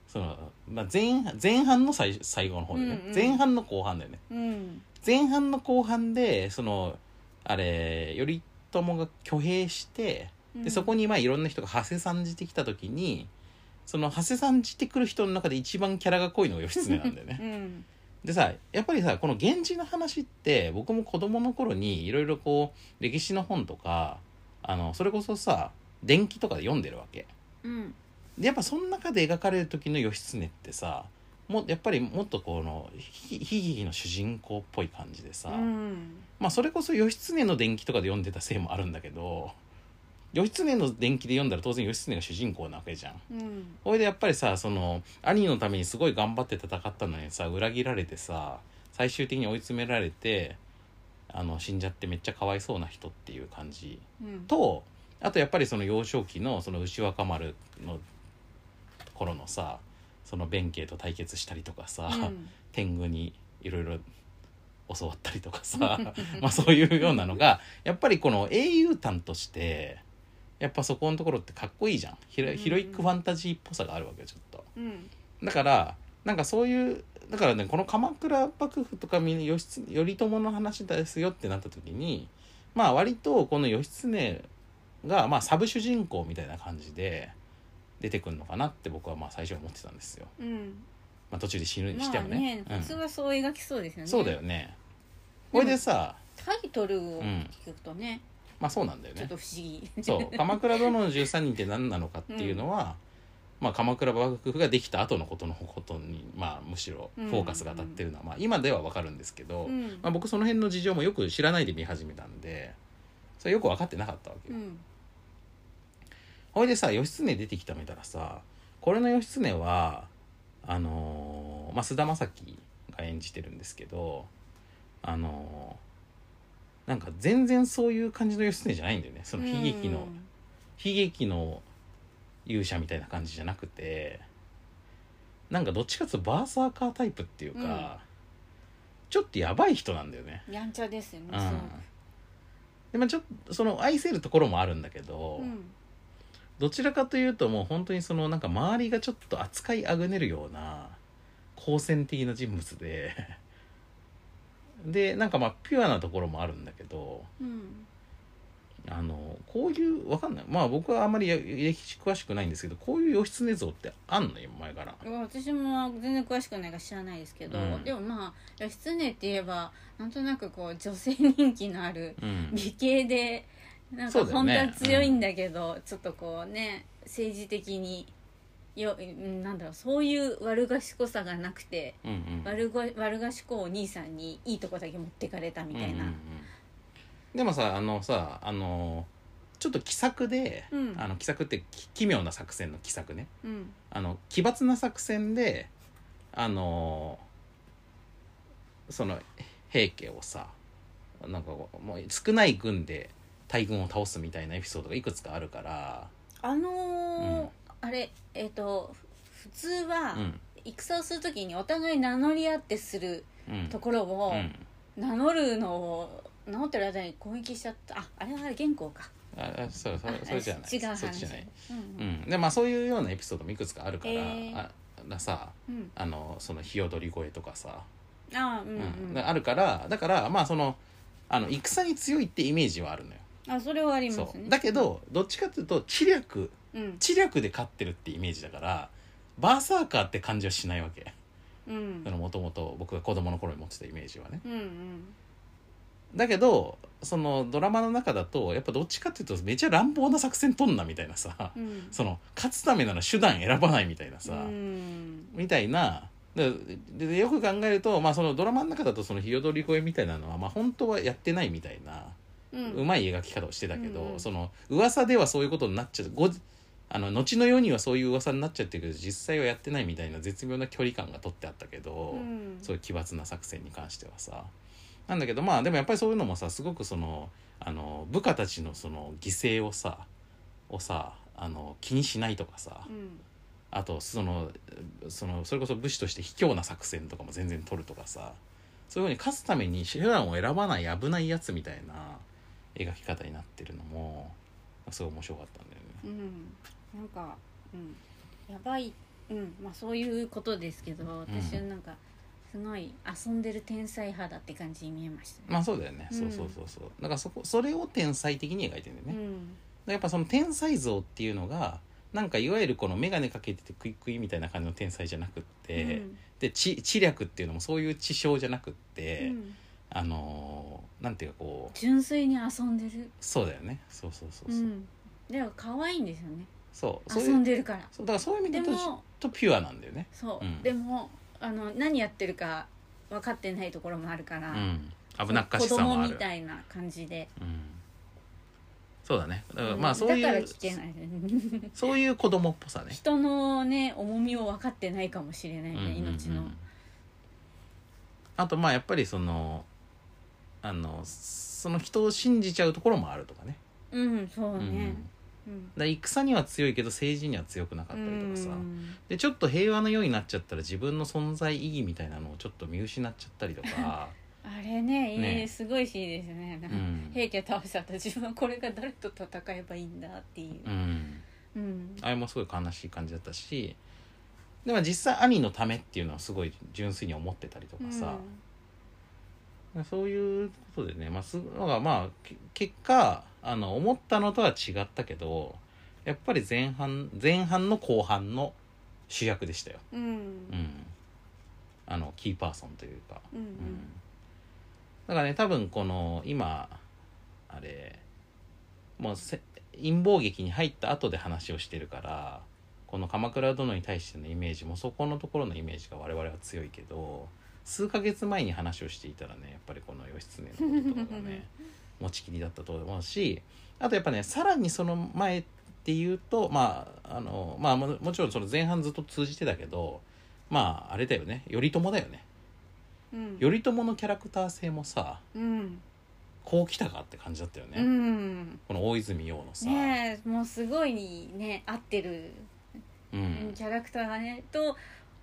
A: その、まあ、前前半の最最後の方だよね、
B: うんうん
A: 前半の後半だよね
B: うん
A: 前半の後半でそのあれ頼朝が挙兵して
B: うん
A: でそこにまあいろんな人が長谷さんじてきた時にその長谷さんじてくる人の中で一番キャラが濃いのが義経なんだよね
B: うん
A: でさやっぱりさこの源氏の話って僕も子供の頃にいろいろこう歴史の本とかあのそれこそさ伝記とかで読んでるわけ
B: うん
A: でやっぱその中で描かれる時の義経ってさもうやっぱりもっとこのひ悲劇の主人公っぽい感じでさ、
B: うん
A: まあそれこそ義経の伝記とかで読んでたせいもあるんだけど義経の伝記で読んだら当然義経が主人公なわけじゃん。
B: うん
A: ほいでやっぱりさその兄のためにすごい頑張って戦ったのにさ裏切られてさ最終的に追い詰められてあの死んじゃってめっちゃかわいそうな人っていう感じ
B: うん
A: とあとやっぱりその幼少期のその牛若丸の頃のさその弁慶と対決したりとかさ、
B: うん
A: 天狗にいろいろ教わったりとかさ [laughs] まあそういうようなのがやっぱりこの英雄譚としてやっぱそこのところってかっこいいじゃんヒロ
B: うん
A: ヒロイックファンタジーっぽさがあるわけよちょっと
B: うん
A: だからなんかそういうだからねこの鎌倉幕府とかみ義経頼朝の話ですよってなった時にまあ割とこの義経がまあサブ主人公みたいな感じで出てくるのかなって僕はまあ最初は思ってたんですよ、
B: うん
A: まあ、途中で死ぬにして
B: まあ
A: も
B: ね
A: ね,、うん
B: 普通はそう描きそうですよね
A: そうだよねこれでさ
B: タイトルを聞くとね
A: まあそうなんだよ
B: ちょっ
A: ね
B: と不思議 [laughs]
A: そう「鎌倉殿の13人」って何なのかっていうのは、まあ、鎌倉幕府ができた後のことのことに、まあ、むしろフォーカスが当たってるのは、まあ、今ではわかるんですけど、
B: うん
A: まあ、僕その辺の事情もよく知らないで見始めたんでそれよく分かってなかったわけ
B: う
A: よ。
B: ん
A: ほいでさ義経出てきた見たらさこれの義経はあのーまあ、菅田将暉が演じてるんですけどあのーなんか全然そういう感じの義経じゃないんだよねその悲劇の、悲劇の勇者みたいな感じじゃなくてなんかどっちかっていうとバーサーカータイプっていうか、
B: うん
A: ちょっとやばい人なんだよね。
B: うんやんちゃですよね
A: う
B: そ
A: ん
B: う
A: でまあ、ちょっとその愛せるところもあるんだけど、
B: うん
A: どちらかというともう本当にそのなんか周りがちょっと扱いあぐねるような好戦的な人物で [laughs] でなんかまあピュアなところもあるんだけど
B: うん
A: あのこういうわかんないまあ僕はあんまりや歴史詳しくないんですけどこういう義経像ってあんのよ前から
B: いや私も全然詳しくないから知らないですけど、
A: うん
B: でもまあ義経って言えばなんとなくこう女性人気のある [laughs]
A: うん
B: 美形でなん
A: そ
B: か
A: うだよ
B: 本当
A: ね
B: は強いんだけど、ちょっとこうね政治的にようんなんだろうそういう悪賢さがなくて
A: うんうん
B: 悪ご悪賢いお兄さんにいいとこだけ持ってかれたみたい
A: うんうんう、
B: なん
A: でもさあのさあのちょっと奇策で、
B: うん
A: あの奇策ってき奇妙な作戦の奇策ね
B: うん
A: あの奇抜な作戦であのその平家をさなんかこうもう少ない軍で大軍を倒すみたいなエピソードがいくつかあるから、
B: あのー
A: うん
B: あれえっ、とふ普通は
A: うん
B: 戦をするときにお互い名乗り合ってする
A: うん、
B: ところを、
A: うん
B: 名乗るのを名乗ってる間に攻撃しちゃったああれは原稿か
A: ああそうそれそれじゃない
B: 違う話
A: そっちじゃない、
B: うん
A: う
B: うん
A: ん、でまあそういうようなエピソードもいくつかあるから、
B: えー
A: あださ
B: うん
A: あのその日踊り声とかさ、
B: ああうん
A: うん
B: うん、
A: あるからだからまあそのあの戦に強いってイメージはあるのよ、
B: あそれはありま
A: そ
B: すね
A: うだけどどっちかっていうと知略
B: うん
A: 知略で勝ってるってイメージだからバーサーカーって感じはしないわけ
B: うん
A: もともと僕が子供の頃に持ってたイメージはね
B: うんうん
A: だけどそのドラマの中だとやっぱどっちかっていうとめちゃ乱暴な作戦取んなみたいなさ、
B: うん
A: その勝つためなら手段選ばないみたいなさ、
B: うん
A: みたいなででよく考えると、まあ、そのドラマの中だとその日踊り声みたいなのは、まあ、本当はやってないみたいな、
B: う
A: うんまい描き方をしてたけど、
B: うんうん
A: その噂ではそういうことになっちゃうごあの後のようにはそういう噂になっちゃってるけど実際はやってないみたいな絶妙な距離感が取ってあったけど、
B: うん
A: そういう奇抜な作戦に関してはさ。なんだけどまあでもやっぱりそういうのもさすごくそのあの部下たちのその犠牲をさをさあの気にしないとかさ、
B: うん
A: あとそのそのそれこそ武士として卑怯な作戦とかも全然取るとかさそういうふうに勝つために手段を選ばない危ないやつみたいな描き方になってるのもすごい面白かったんだよね。
B: うんなんか、うん、やばい、うんまあ、そういうことですけど私はなんかすごい遊んでる天才派だって感じに見えましたね。
A: まあそうだよね、
B: うん
A: そうそうそうそうだからそこそれを天才的に描いてるんだよね、だ
B: う
A: か
B: ん
A: らやっぱその天才像っていうのがなんかいわゆるこの眼鏡かけててクイクイみたいな感じの天才じゃなくって、
B: うん
A: で知知略っていうのもそういう知性じゃなくって、
B: うん
A: あのーなんていうかこう
B: 純粋に遊んでる
A: そうだよねそうそうそう
B: う
A: そう、
B: んでも可愛いんですよね
A: そうそう
B: 遊
A: い
B: ん
A: う
B: でるから
A: そうだからそういう意味
B: で
A: でと
B: も
A: とピュアなんだよね
B: そう、
A: うん
B: でもあの何やってるか分かってないところもあるか
A: う
B: ら、
A: ん危なっかしさもあ
B: 子供み
A: る
B: たいな感じで、
A: うんそうだねだからまあそう
B: だから
A: いう
B: 聞けない
A: そういう子供っぽさね
B: 人のね重みを分かってないかもしれないね、命
A: う
B: の
A: んうんうんあとまあやっぱりそのあのその人を信じちゃうところもあるとかね
B: うんそう
A: うんうん
B: ね、うん
A: だから戦には強いけど政治には強くなかったりとかさ
B: うん
A: でちょっと平和なようになっちゃったら自分の存在意義みたいなのをちょっと見失っちゃったりと
B: [laughs]
A: か、
B: あれねいい
A: ね
B: すごいシーンですねなん
A: う
B: か
A: ん
B: 平家を倒しちゃった自分はこれが誰と戦えばいいんだっていう
A: う、ん、
B: うん
A: あれもすごい悲しい感じだったしでも実際兄のためっていうのはすごい純粋に思ってたりとかさ、そういうことでね、まあ、すのがまあけ結果あの思ったのとは違ったけどやっぱり前半前半の後半の主役でしたよ、
B: うんうん
A: うん、あのキーパーソンというか、
B: うんう
A: うん
B: ん
A: だからね多分この今あれもうせ陰謀劇に入った後で話をしてるからこの「鎌倉殿」に対してのイメージもそこのところのイメージが我々は強いけど数ヶ月前に話をしていたらねやっぱりこの義経のこととかがね持ちきりだったと思うしあとやっぱねさらにその前っていうとまああのまあももちろんその前半ずっと通じてたけどまああれだよね頼朝だよね
B: うん
A: 頼朝のキャラクター性もさ
B: うん
A: こう来たかって感じだったよね、
B: うん
A: この大泉洋のさ、
B: ねえもうすごいね合ってる
A: う
B: うん
A: ん、
B: キャラクターがねと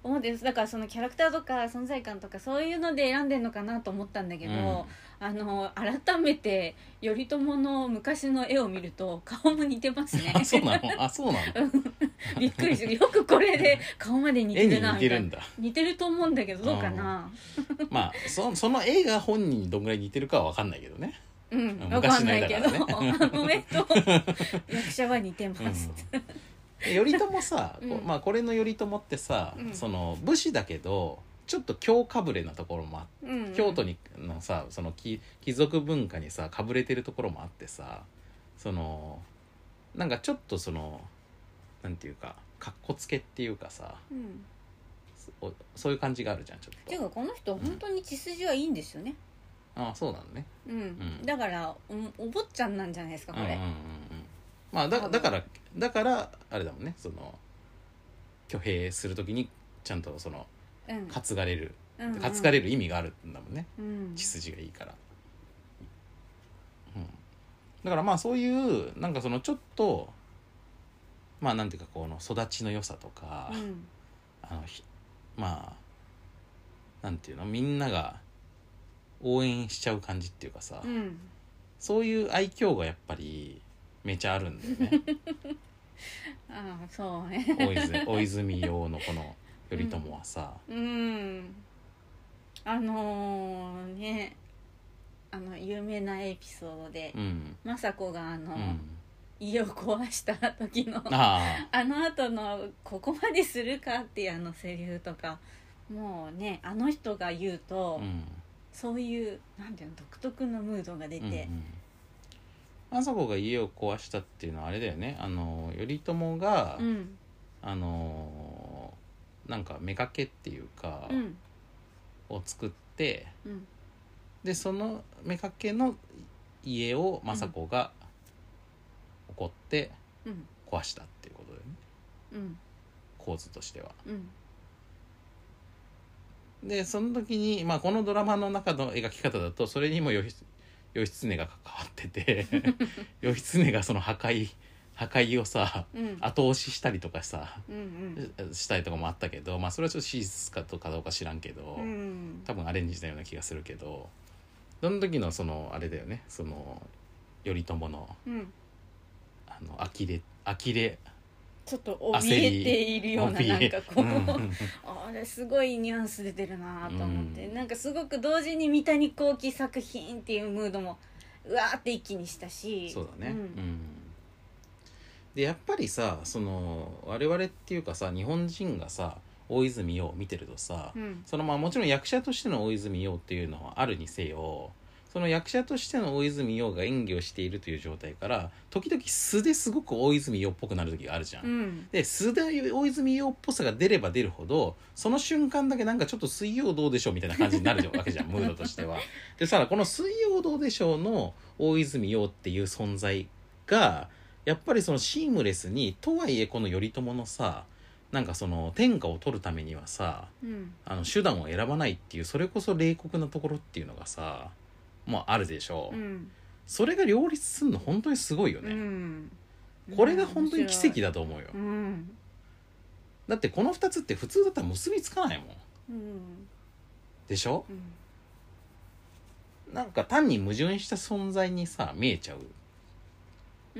B: 思うんですだからそのキャラクターとか存在感とかそういうので選んでんのかなと思ったんだけ
A: う
B: ど、
A: ん
B: あの改めて頼朝の昔の絵を見ると顔も似てますね
A: あそうなのあそうなの
B: [laughs] びっくりするよくこれで顔まで似
A: 絵
B: て
A: に
B: るな
A: 似
B: み
A: て
B: た
A: る
B: い
A: ん
B: な
A: だ
B: 似てると思うんだけどどうかな
A: まあそその絵が本人にどんぐらい似てるかは分かんないけどね
B: [laughs] うん
A: うん
B: わかんないけど、
A: 昔の
B: あ [laughs] の目と役者は似てます、
A: うん、頼朝さ、こ
B: [laughs] うん
A: まあ、これの頼朝ってさ、
B: うん
A: その武士だけどちょっと京かぶれなところもあって、
B: うんうん
A: 京都にのさその貴貴族文化にさかぶれてるところもあってさそのなんかちょっとそのなんていうかかっこつけっていうかさ
B: うん
A: おそういう感じがあるじゃんちょ
B: てい
A: っ
B: う
A: と
B: かこの人本当に血筋はいいんですよね
A: ああそうなのね
B: うん、
A: ん
B: だからおお坊ちゃんなんじゃないですかこ
A: うんうん
B: れ
A: うんうんまあだ
B: 多分
A: だからだからあれだもんねその挙兵するときにちゃんとその
B: うん
A: 担がれる、
B: うんうん
A: 担がれる意味があるんだもんね
B: うん
A: 血筋がいいから、うん、だからまあそういうなんかそのちょっとまあなんていうかこの育ちの良さとか、
B: うん
A: あのひまあなんていうのみんなが応援しちゃう感じっていうかさ、
B: うん
A: そういう愛嬌がやっぱりめちゃあるんだよ [laughs] ね
B: ああそう
A: [laughs]
B: ね
A: 大泉大泉洋のこの頼朝はさ、
B: うんあのーねあの有名なエピソードで、
A: うん
B: 政子があの、
A: うん、
B: 家を壊した時の
A: あ
B: あの後の「ここまでするか」っていうあのセリフとかもうねあの人が言う
A: あ、
B: と、
A: うん、
B: そういうなんていうの独特のムードが出
A: うんう
B: て、
A: ん政子が家を壊したっていうのはあれだよねあの頼朝が、
B: うん
A: あのなんか妾っていうか、
B: うん
A: を作って
B: うん
A: でその妾の家を政子が怒って
B: うん
A: 壊したっていうことだよね
B: うん
A: 構図としては。
B: うん
A: でその時に、まあ、このドラマの中の描き方だとそれにも義義経が関わって
B: [laughs]
A: て義経がその破壊破壊をさ
B: うん
A: 後押ししたりとかさ
B: うん
A: したりとかもあったけど、まあ、それはちょっと史実かどうかどうか知らんけど、
B: うんうん
A: 多分アレンジしたような気がするけどその時のそのあれだよねその頼朝の
B: うん
A: あの呆れ呆れ
B: ちょっと怯えているようなな
A: 怯
B: ん
A: え
B: かこう、
A: うん
B: [laughs] あれすごいニュアンス出てるなと思って、
A: うん
B: なんかすごく同時に三谷幸喜作品っていうムードもうわーって一気にしたし
A: そうだね、
B: ん
A: うんでやっぱりさその我々っていうかさ日本人がさ大泉洋を見てるとさ、
B: うん
A: そのまあもちろん役者としての大泉洋っていうのはあるにせよその役者としての大泉洋が演技をしているという状態から時々素ですごく大泉洋っぽくなる時があるじゃん。
B: うん
A: で素で大泉洋っぽさが出れば出るほどその瞬間だけなんかちょっと「水曜どうでしょう」みたいな感じになるわけじゃんムードとしては。でさこの「水曜どうでしょう」の大泉洋っていう存在がやっぱりそのシームレスにとはいえこの頼朝のさなんかその天下を取るためにはさ
B: うん
A: あの手段を選ばないっていうそれこそ冷酷なところっていうのがさもうあるでしょう、
B: うん
A: それが両立するの本当にすごいよ
B: う
A: ね、
B: ん
A: これが本当に奇跡
B: だ
A: だと思うよ、
B: うん
A: だってこの2つって普通だったら結びつかないもん
B: うん
A: でしょ
B: うん
A: なんか単に矛盾した存在にさ見えちゃう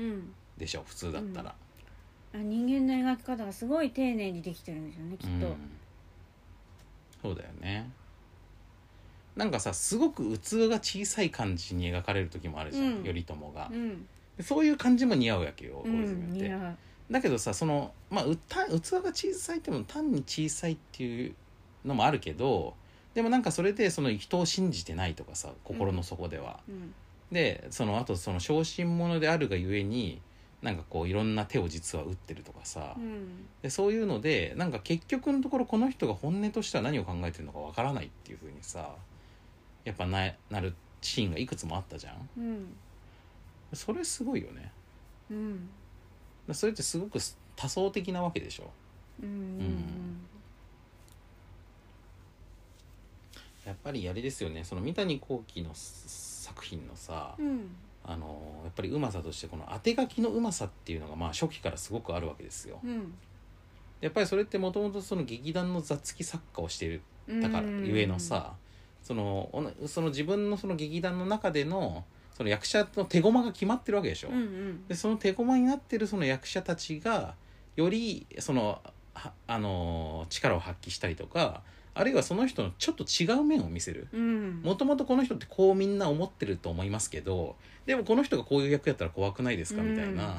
B: うん
A: でしょ普通だったら、
B: あ人間の描き方がすごい丁寧にできてるんですよねきっと、
A: うんそうだよねなんかさすごく器が小さい感じに描かれる時もあるじゃん、
B: うん
A: 頼朝が
B: う、ん
A: そういう感じも似合うわけよ
B: う
A: 大泉
B: ん
A: っ
B: 似
A: て、
B: 合
A: だけどさその、まあ、うた器が小さいっても単に小さいっていうのもあるけどでもなんかそれでその人を信じてないとかさ心の底では、
B: ううん
A: でそのあとその小心者であるがゆえになんかこういろんな手を実は打ってるとかさ、
B: うん
A: でそういうのでなんか結局のところこの人が本音としては何を考えてるのかわからないっていうふうにさやっぱななるシーンがいくつもあったじゃん
B: うん
A: それすごいよね
B: うん
A: それってすごく多層的なわけでしょ
B: うんうん
A: やっぱりあれですよねその三谷幸喜の作品のさ、
B: うん
A: あのやっぱりうまさとしてこの当て書きのうまさっていうのがまあ初期からすごくあるわけですよ、
B: うん
A: やっぱりそれってもともとその劇団の座付き作家をしている
B: うん
A: だからゆえのさ、そのおなその自分のその劇団の中でのその役者の手駒が決まってるわけでしょ、
B: うんうん
A: でその手駒になってるその役者たちがよりそのはあのー力を発揮したりとかあるいはその人のちょっと違う面を見せる
B: うん
A: もともとこの人ってこうみんな思ってると思いますけどでもこの人がこういう役やったら怖くないですかみたいな、
B: うん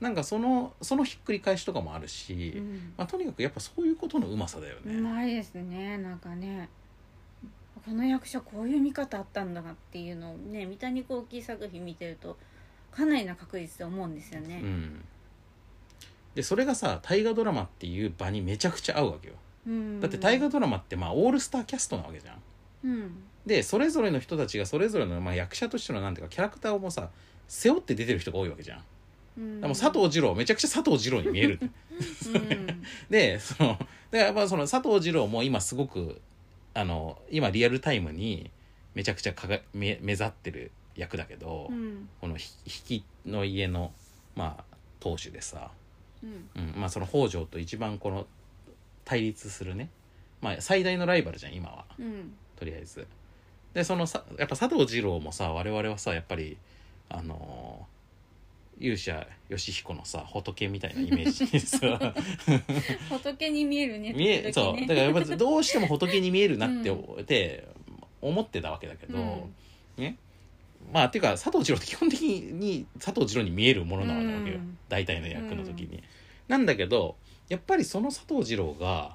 A: なんかそのそのひっくり返しとかもあるし、
B: うん
A: まあ、とにかくやっぱそういうことのうまさだよ
B: う
A: ね。
B: まいですねなんかねこの役者こういう見方あったんだなっていうのをね三谷幸喜作品見てるとかなりな確率で思うんですよ
A: う
B: ね
A: ん、でそれがさ大河ドラマっていう場にめちゃくちゃ合うわけよだって大河ドラマってまあオールスターキャストなわけじゃん
B: うん
A: でそれぞれの人たちがそれぞれのまあ役者としてのなんていうかキャラクターをもうさ背負って出てる人が多いわけじゃん
B: うん
A: でもう佐藤二郎めちゃくちゃ佐藤二郎に見える
B: うん
A: でそのでやっぱその佐藤二郎も今すごくあの今リアルタイムにめちゃくちゃかが目目立ってる役だけど、
B: うん
A: このひ引きの家のまあ当主でさ
B: うん
A: うんまあ、その北条と一番この対立するね、まあ、最大のライバルじゃん今は
B: うん
A: とりあえずでそのさやっぱ佐藤二郎もさ我々はさやっぱりあの勇者義彦のさ仏みたいなイメージに
B: [laughs]
A: さ
B: 仏に見えるね
A: 見え
B: 時々
A: そう
B: ね
A: だからやっぱどうしても仏に見えるなって思って思ってたわけだけど、
B: うん
A: ねまあっていうか佐藤二郎って基本的に佐藤二郎に見えるものなわけよ、
B: うん
A: 大体の役の時に。なんだけどやっぱりその佐藤二郎が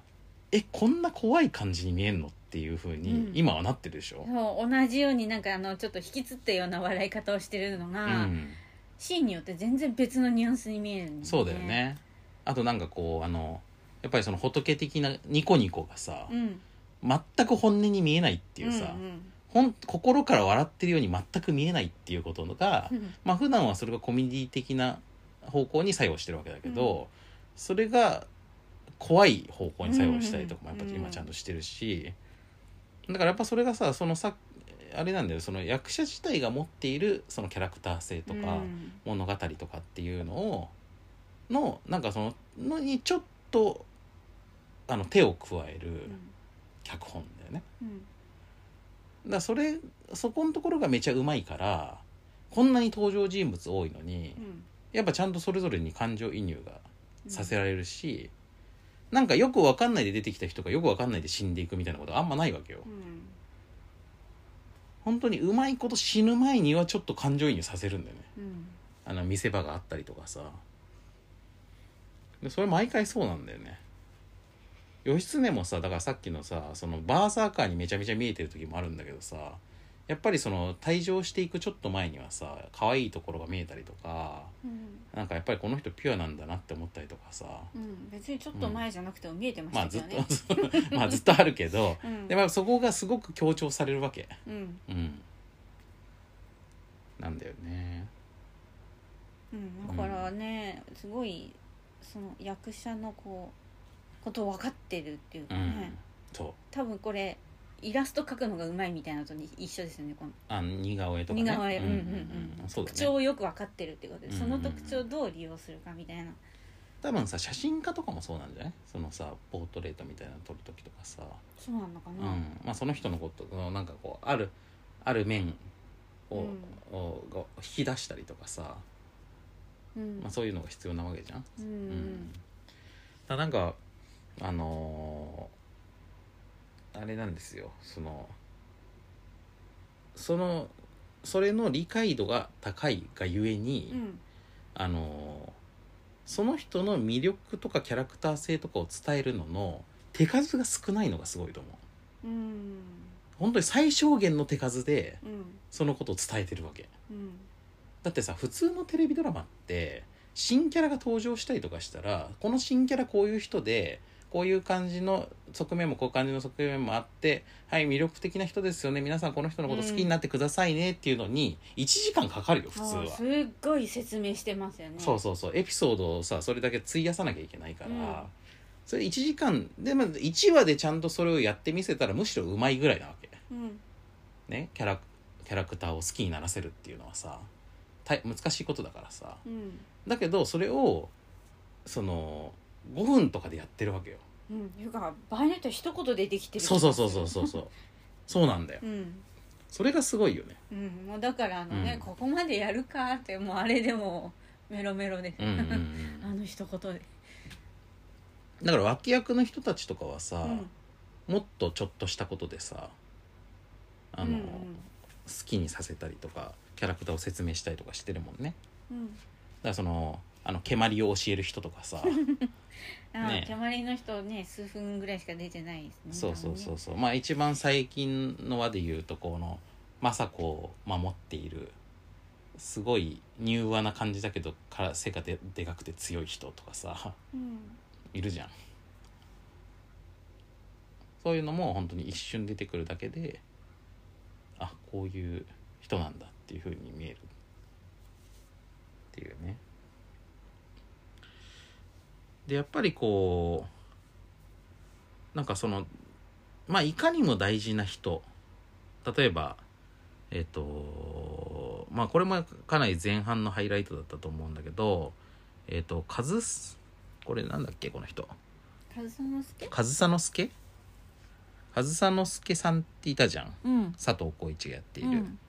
A: えこんな怖い感じに見えんのっていうふうに
B: うん
A: 今はなってるでしょ。
B: そう同じようになんかあのちょっと引きつったような笑い方をしてるの
A: う
B: が、
A: ん
B: シーンによって全然別のニュアンスに見えるんだよね
A: そうだよねあとなんかこうあのやっぱりその仏的なニコニコがさ、
B: うん
A: 全く本音に見えないっていうさ、
B: うん
A: ほん心から笑ってるように全く見えないっていうことが、
B: うん
A: まあ普段はそれがコミュニティ的な方向に作用してるわけだけど、それが怖い方向に作用したりとかもやっぱ
B: うん
A: 今ちゃんとしてるし、だからやっぱそれがさそのさあれなんだよその役者自体が持っているそのキャラクター性とか、
B: うん
A: 物語とかっていうのをのなんかそののにちょっとあの手を加える脚本だよね。
B: うん
A: だからそれそこのところがめちゃうまいからこんなに登場人物多いのに
B: うん
A: やっぱちゃんとそれぞれに感情移入が
B: うん
A: させられるし、なんかよくわかんないで出てきた人がよくわかんないで死んでいくみたいなことあんまないわけよ。
B: うん
A: 本当にうまいこと死ぬ前にはちょっと感情移入させるんだよね。
B: うん
A: あの見せ場があったりとかさでそれ毎回そうなんだよね義経もさだからさっきのさそのバーサーカーにめちゃめちゃ見えてる時もあるんだけどさやっぱりその退場していくちょっと前にはさ可愛いところが見えたりとか
B: うん
A: なんかやっぱりこの人ピュアなんだなって思ったりとかさ
B: うん別にちょっと前じゃなくても見えてまし
A: まあ
B: た
A: ず
B: け
A: っ
B: ど
A: と
B: ね、
A: そう [laughs] まあずっとあるけど
B: うん
A: で、まあ、そこがすごく強調されるわけ
B: うん
A: うんなんだよね
B: うん、だからね、すごいその役者のこうことを分かってるっていうか
A: うん、
B: ね、
A: そう
B: 多分これイラスト描くのがうまいみたいなのと一緒ですよねこの
A: あ似顔絵とかね
B: 似顔絵、うんうんうん
A: そうだ
B: 特徴
A: ね
B: をよく分かってるってことで、その
A: うんうんうん
B: 特徴をどう利用するかみたいな、
A: 多分さ写真家とかもそうなんじゃないそのさポートレートみたいなの撮る時とかさ、
B: そうなのか
A: うん
B: な、
A: まあ、その人のことのなんかこうあるある面を,
B: うん
A: を、が引き出したりとかさ、
B: うん
A: まあ、そういうのが必要なわけじゃん、
B: う
A: うん
B: ん
A: だなんかあのーあれなんですよそのそのそれの理解度が高いがゆえに、
B: うん
A: あのその人の魅力とかキャラクター性とかを伝えるのの手数が少ないのがすごいと思う
B: うん
A: 本当に最小限の手数で
B: うん
A: そのことを伝えてるわけ
B: うん
A: だってさ普通のテレビドラマって新キャラが登場したりとかしたらこの新キャラこういう人でこういう感じの側面もこういう感じの側面もあってはい魅力的な人ですよね皆さんこの人のこと好きになってくださいねっていうのに1時間かかるよ普通
B: あー
A: は
B: すっごい説明してますよね
A: そうそうそうエピソードをさそれだけ費やさなきゃいけないから、
B: うん
A: それ1時間で、まあ、1話でちゃんとそれをやってみせたらむしろうまいぐらいなわけ
B: うん
A: ねキャラキャラクターを好きにならせるっていうのはさ大難しいことだからさ
B: うん
A: だけどそれをその5分とかでやってるわけよ
B: うんいうか場合によっては一言でできてる
A: そうそうそうそうそうそう
B: [laughs]
A: そうなんだよ
B: うん
A: それがすごいよね
B: うんもうだからあのね、
A: うん
B: ここまでやるかってもうあれでもメロメロで、
A: うんうんう
B: あ
A: ん
B: の一言で、
A: だから脇役の人たちとかはさ、
B: うん
A: もっとちょっとしたことでさあの、
B: うん
A: 好きにさせたりとかキャラクターを説明したりとかしてるもんね
B: うんうん
A: だからそのあの蹴鞠を教える人とかさ
B: あ
A: ね
B: ー、キャマリの人ね数分ぐらいしか出てないですね
A: そうそうそううそうまあ一番最近の輪で言うとこの政子を守っているすごい柔和な感じだけどから背がででかくて強い人とかさ
B: うん
A: いるじゃんそういうのも本当に一瞬出てくるだけであこういう人なんだっていうふうに見えるっていうねでやっぱりこうなんかそのまあいかにも大事な人例えばえっ、とまあこれもかなり前半のハイライトだったと思うんだけどえっ、とカズスこれなんだっけこの人
B: 和之助
A: 上総介上総介さんっていたじゃん
B: うん
A: 佐藤浩市がやっている、
B: うん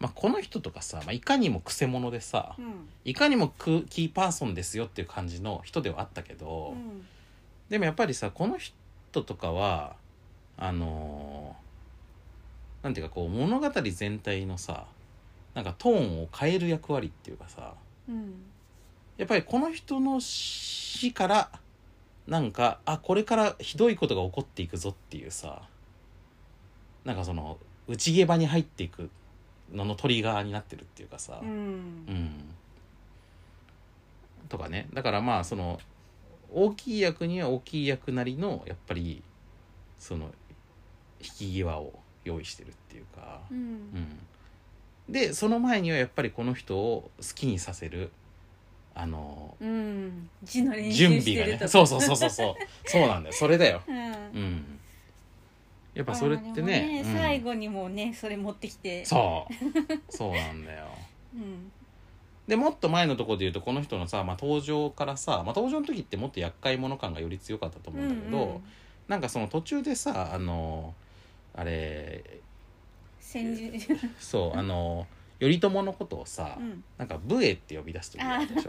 A: まあ、この人とかさ、まあ、いかにもくせ者でさ
B: うん
A: いかにもクキーパーソンですよっていう感じの人ではあったけど、
B: うん
A: でもやっぱりさこの人とかはあのーなんていうかこう物語全体のさなんかトーンを変える役割っていうかさ
B: うん
A: やっぱりこの人の死からなんかあこれからひどいことが起こっていくぞっていうさなんかその内毛場に入っていくののトリガーになってるっていうかさ、
B: うん
A: うんとかねだからまあその大きい役には大きい役なりのやっぱりその引き際を用意してるっていうか、
B: う
A: うんんでその前にはやっぱりこの人を好きにさせるあの
B: うん字の練
A: 準
B: 習し
A: 備
B: て
A: が
B: る
A: ね
B: と
A: そうそうそうそうそうそうなんだよそれだよ、
B: うん
A: うん、やっぱそれって
B: あ
A: ね
B: ーでも
A: うん
B: 最後にもうねそれ持ってきて
A: そうそうなんだよ
B: うん
A: でもっと前のところで言うとこの人のさ、まあ、登場からさ、まあ、登場の時ってもっと厄介者感がより強かったと思うんだけど、
B: うん
A: なんかその途中でさあのあれ
B: 先日
A: そうあの頼朝のことをさ、
B: うん
A: なんか武衛って呼び出す時があったでしょ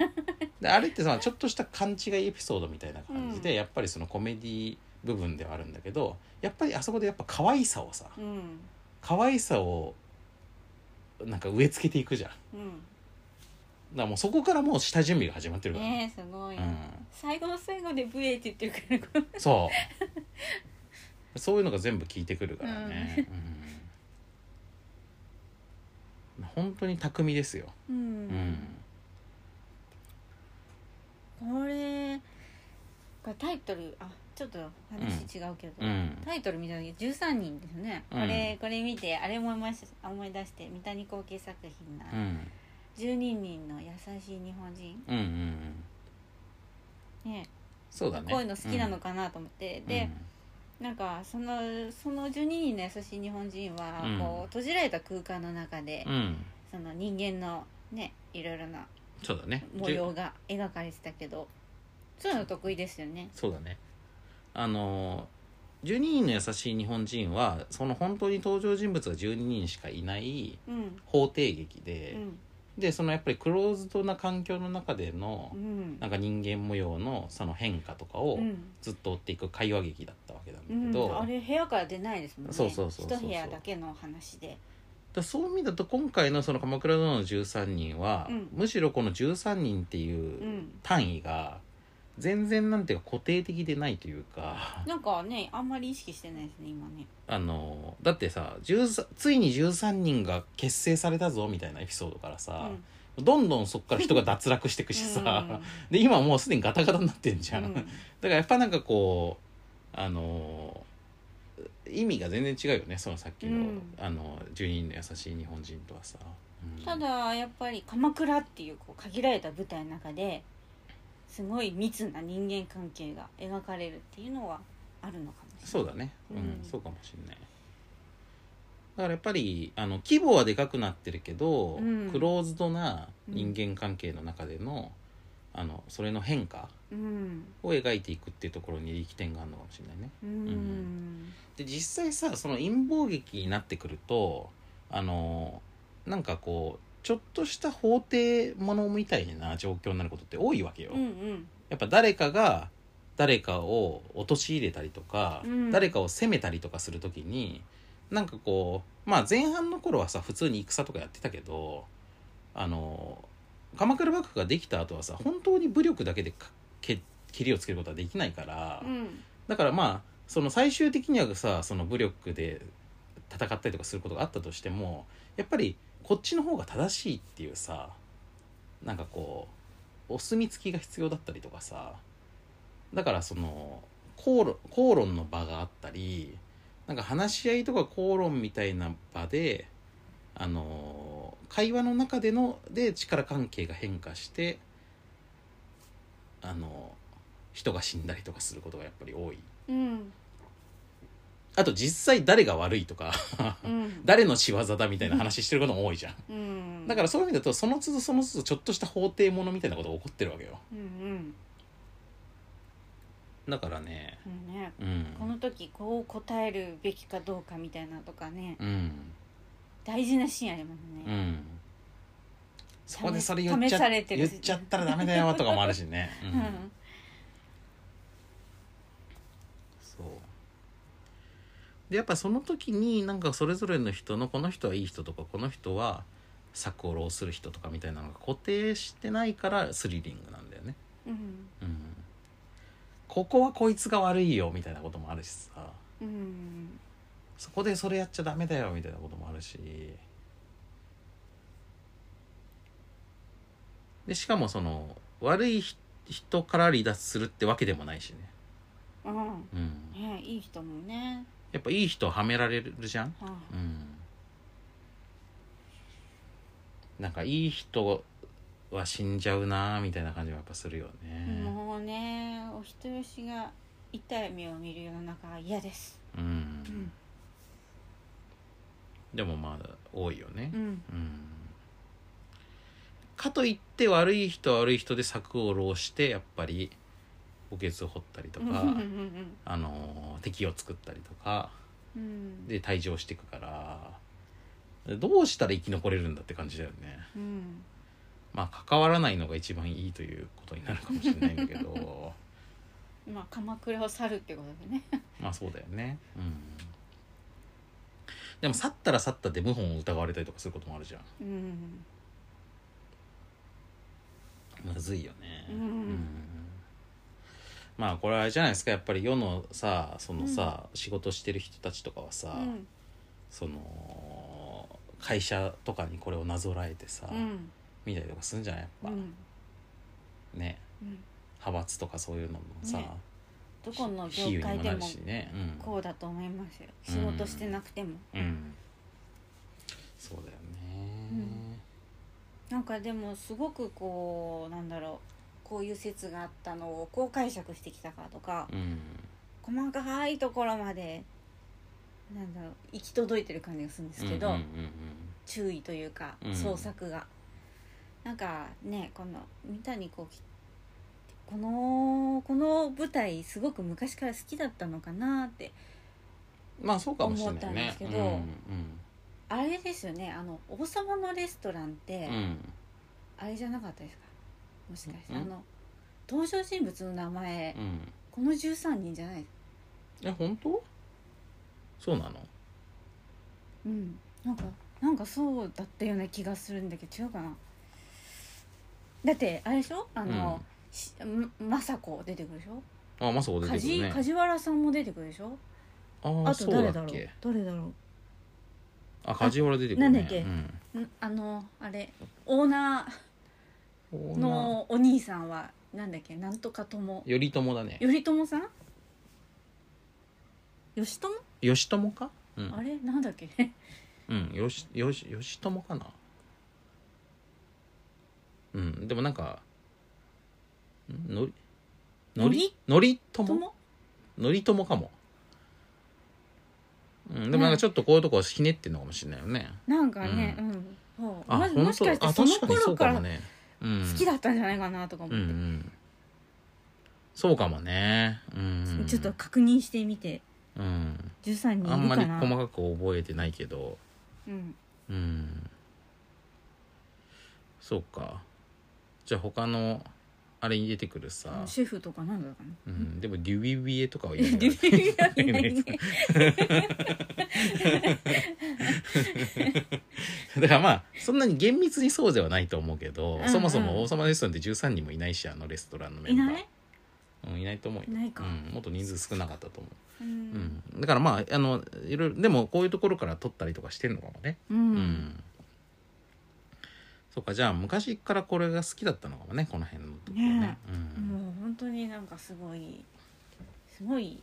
A: であれってさちょっとした勘違いエピソードみたいな感じで、
B: うん
A: やっぱりそのコメディ部分ではあるんだけどやっぱりあそこでやっぱ可愛さをさ
B: うん
A: 可愛さをなんか植え付けていくじゃんだか
B: うん
A: らもうそこからもう下準備が始まってるからね、
B: ねえすごい
A: うん
B: 最後の最後で「ブエ」って言ってるからこ
A: そうそういうのが全部効いてくるからね、うん本当に巧みですよ、
B: う
A: うん
B: んこれこれタイトルあちょっと話違うけど、
A: うん
B: タイトル見た時13人ですね、
A: うん
B: これこれ見てあれ思いまし思い出して三谷幸喜作品な、
A: うん
B: 12人の優しい日本人
A: うんうんうん
B: ね
A: そうだね
B: こういうの好きなのかなと思って、
A: うん
B: で、なんかそのその12人の優しい日本人は、
A: うん
B: こう閉じられた空間の中で、
A: うんうん
B: その人間のねいろいろな
A: そうだね
B: 模様が描かれてたけどそういうの得意ですよね
A: そうだねあの12人の優しい日本人はその本当に登場人物が12人しかいない
B: うん
A: 法廷劇
B: う
A: で、
B: ん
A: でそのやっぱりクローズドな環境の中での
B: う、ん
A: なんか人間模様のその変化とかを、
B: うん
A: ずっと追っていく会話劇だったわけなんだ
B: う
A: けど、
B: ん、あれ部屋から出ないですもんね
A: そうそうそうそう
B: 一部屋だけの話で
A: だそういう意味だと今回の「その鎌倉殿の13人は」
B: うん
A: むしろこの13人って
B: う
A: いうん単位が全然なんていうか固定的でないというか
B: なんかねあんまり意識してないですね今ね
A: あのだってさ13ついに13人が結成されたぞみたいなエピソードからさ、どんどんそこから人が脱落していくしさ、 [laughs] で今もうすでにガタガタになってんじゃん、だからやっぱなんかこうあの意味が全然違うよねそのさっきの,、
B: うん
A: あの住人の優しい日本人とはさ、うん
B: ただやっぱり鎌倉っていうこう限られた舞台の中ですごい密な人間関係が描かれるっていうのはあるのかもしれない
A: そうだねうん、
B: うん
A: そうかもしれないだからやっぱりあの規模はでかくなってるけど、
B: うん
A: クローズドな人間関係の中での,、あのそれの変化
B: うん
A: を描いていくっていうところに力点があるのかもしれないね
B: うん、
A: で実際さその陰謀劇になってくるとあのなんかこうちょっとした法廷ものみたいな状況になることって多いわけよ、
B: うんうん
A: やっぱ誰かが誰かを陥れたりとか、
B: うん
A: 誰かを責めたりとかするときになんかこうまあ前半の頃はさ普通に戦とかやってたけどあの鎌倉幕府ができた後はさ本当に武力だけでかけ切りをつけることはできないから、
B: うん
A: だからまあその最終的にはさその武力で戦ったりとかすることがあったとしてもやっぱりこっちの方が正しいっていうさなんかこうお墨付きが必要だったりとかさだからその口論口論の場があったりなんか話し合いとか口論みたいな場であの会話の中でので力関係が変化してあの人が死んだりとかすることがやっぱり多い
B: うん
A: あと実際誰が悪いとか [laughs]
B: うん
A: 誰の仕業だみたいな話してることも多いじゃん
B: うん
A: だからそういう意味だとその都度その都度ちょっとした法廷ものみたいなことが起こってるわけよ
B: うんうん
A: だからね
B: うんね
A: う
B: こ
A: ん
B: の時こう答えるべきかどうかみたいなとかね
A: うん
B: 大事なシーンあります
A: う
B: ね、
A: んそこでそれ言っち
B: 試
A: ゃ
B: されてる
A: 言っちゃったらダメだよとかもあるし
B: [laughs]
A: ね、うん
B: うん
A: そうでやっぱその時になんかそれぞれの人のこの人はいい人とかこの人は作を浪する人とかみたいなのが固定してないからスリリングなんだよね、
B: うん
A: うん、ここはこいつが悪いよみたいなこともあるしさ
B: うん
A: そこでそれやっちゃダメだよみたいなこともあるしでしかもその悪いひ人から離脱するってわけでもないしね、
B: うん
A: うん、
B: ねいい人もね、
A: やっぱいい人はめられるじゃん
B: は
A: うんなんかいい人は死んじゃうなみたいな感じはやっぱするよ
B: い
A: ね
B: もうねお人よしが痛い目を見る世の中は嫌です
A: うん、
B: うん
A: でもまだ多いよね
B: うん
A: うん、かといって悪い人は悪い人で策を浪してやっぱり墓穴を掘ったりと
B: うん
A: か、
B: うん
A: あのー敵を作ったりとか
B: うん
A: で退場していくからどうしたら生き残れるんだって感じだよね。
B: うん
A: まあ関わらないのが一番いいということになるかもしれないんだけど
B: まあ鎌倉を去るってことでね
A: まあそうだよねうんでも去ったら去ったで謀反を疑われたりとかすることもあるじゃん
B: うん
A: むずいよね
B: うん
A: まあこれはあれじゃないですかやっぱり世のさそのさ、仕事してる人たちとかは
B: う
A: さ、
B: ん
A: その会社とかにこれをなぞらえてさ、
B: うん
A: 見たりとかするんじゃないやっ
B: う
A: ぱ、
B: ん
A: ね
B: うん
A: 派閥とかそういうのもさ、
B: ねどこの
A: 比喩
B: 業
A: に
B: 界
A: も
B: で
A: なる
B: も
A: しね、うん、
B: こうだと思いますよ
A: うん
B: 仕事してなくても、
A: うんそうだよね、
B: なんかでもすごくこうなんだろうこういう説があったのをこう解釈してきたかとか
A: うん
B: 細かいところまでなんだろう行き届いてる感じがするんですけど、
A: うんうん
B: 注意というか
A: うん
B: 創作が、なんかねこの三谷幸喜このこの舞台すごく昔から好きだったのかなって
A: うんまあそうかもしれ
B: 思っ
A: な
B: た
A: い
B: んで
A: ね
B: す
A: う
B: け
A: ん
B: どあれですよねあの「王様のレストラン」って、
A: うんうん
B: あれじゃなかったですかもしかして、
A: うん
B: あの登場人物の名前、
A: うん
B: この13人じゃない
A: え本当そうなの
B: うんなんかなんかそうだったような気がするんだけど違うかなだってあれでしょあの、しま政子出てくるでしょ
A: うん、あまさこ出てく
B: 梶
A: るね
B: 梶原さんも出てくるでしょ
A: あ
B: あ
A: あ
B: と
A: そうだ
B: 誰だ
A: っ
B: ろう
A: け
B: 誰だろ
A: あ梶原出てくるね
B: なんだっけ
A: うん
B: うんあのあれオーナ
A: オ
B: ー
A: ーナー
B: のお兄さんはなんだっけなんとかとも
A: 頼朝だね
B: 頼朝さん義朝
A: 義朝かう
B: あ
A: ん、
B: れなんだっけ
A: うん、よしよし義朝かなうんでもなんかんのりのりのりとも
B: 友
A: 頼朝かも、うん、でもなんかちょっとこういうとこひねってんのかもしれないよね
B: なんかね
A: う
B: うん、そう
A: あ
B: ま
A: 本当
B: もしかして
A: あ
B: その
A: 確かにそ
B: 頃
A: うか
B: か
A: らも
B: 好
A: ね、うん、
B: きだったんじゃないかなとか思
A: うんう
B: って、
A: んそうかもねうん
B: ちょっと確認してみて
A: うん
B: 13人いるかな
A: あんまり細かく覚えてないけど
B: うん
A: うんそうかじゃあ他のあれに出てくるさ、
B: シェフとかなんだろうかな
A: うん、でもデュイウィエとかは
B: [laughs]
A: 言う
B: 理
A: よ
B: 由がいないね
A: [laughs] だからまあそんなに厳密にそうではないと思うけど、
B: うんうん
A: そもそも王様レストランって13人もいないしあのレストランのメンバー
B: いない
A: うん、いないと思うよ
B: いないか
A: うん、もっと人数少なかったと思
B: う
A: う、うんん、だからまああのいろいろでもこういうところから取ったりとかしてんのかもね
B: う
A: うん、
B: ん
A: そうかじゃあ昔からこれが好きだったのかもねこの辺のところね
B: ね
A: うん
B: もう本当になんかすごいすごい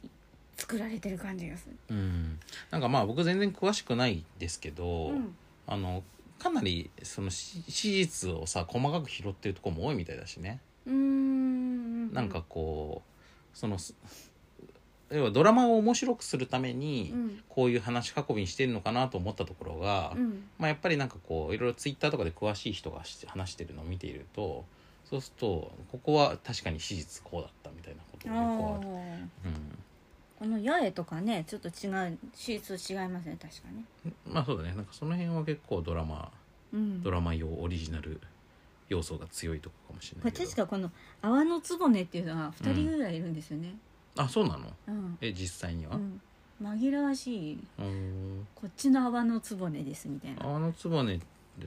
B: 作られてる感じがする。
A: うん、なんかまあ僕全然詳しくないですけど、
B: うん
A: あのかなりそのし史実をさ細かく拾ってるとこも多いみたいだしね、
B: うーん
A: なんかこうそのす要はドラマを面白くするため
B: う
A: に
B: ん
A: こういう話し運びにしてるのかなと思ったところが、
B: うん
A: まあ、やっぱりなんかこういろいろツイッターとかで詳しい人がし話してるのを見ているとそうするとここは確かに史実こうだったみたいなこと
B: あ
A: がねこうある
B: ー
A: うん
B: この八重とかねちょっと違う手術違いますね確かね、
A: まあそうだねなんかその辺は結構ドラマ
B: うん、
A: ドラマ用オリジナル要素が強いとこかもしれ
B: こ
A: な
B: れ
A: いけど
B: 確かこの「泡の局」っていうのは2人ぐらいいるんですよね、
A: あそうなの
B: うん
A: え実際に
B: う
A: は、
B: ん、紛らわしいう
A: ーん、
B: こっちの泡の局ですみたいな
A: あのつばね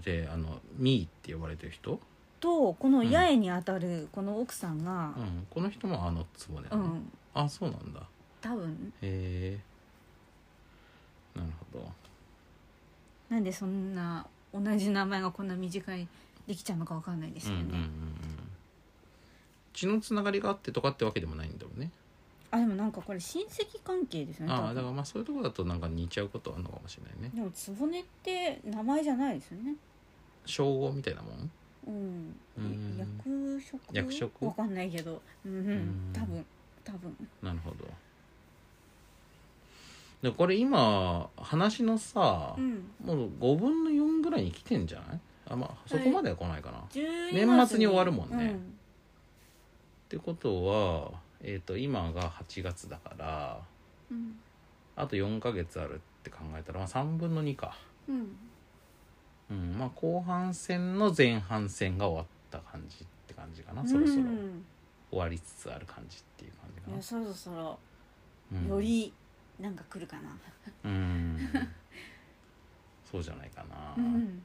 A: であのミーって呼ばれてる人、
B: とこの八重にあたるこの奥さんが
A: うん、この人もあのつばね
B: う
A: なの、
B: ん、
A: あそうなんだ
B: 多分
A: へえなるほど
B: なんでそんな同じ名前がこんな短いできちゃうのかわかんないです
A: うん
B: よ
A: う
B: ね、
A: んうんうん血のつながりがあってとかってわけでもないんだろうね
B: あでもなんかこれ親戚関係ですよね
A: あ
B: 多
A: あだか
B: 分
A: らまあそういうとこだとなんか似ちゃうことはあるのかもしれないね
B: でも局って名前じゃないですよね
A: 称号みたいなもん
B: うん、
A: うん
B: 役職
A: 役職
B: わかんないけどうん、
A: ん
B: 多分多分
A: なるほどでこれ今話のさ、
B: うん
A: もう5分の4ぐらいに来てんじゃないあまあそこまでは来ないかな、っ
B: 12
A: 年末に終わるもんね
B: うん
A: てことはえっ、と今が8月だから
B: うん
A: あと4ヶ月あるって考えたら、まあ、3分の2か
B: うん
A: うんまあ後半戦の前半戦が終わった感じって感じかなそろそろ
B: うん
A: 終わりつつある感じっていう感じか
B: い
A: な
B: やそろそろ
A: うん
B: よりなんか来るかな、
A: うんそうじゃないかな、
B: うん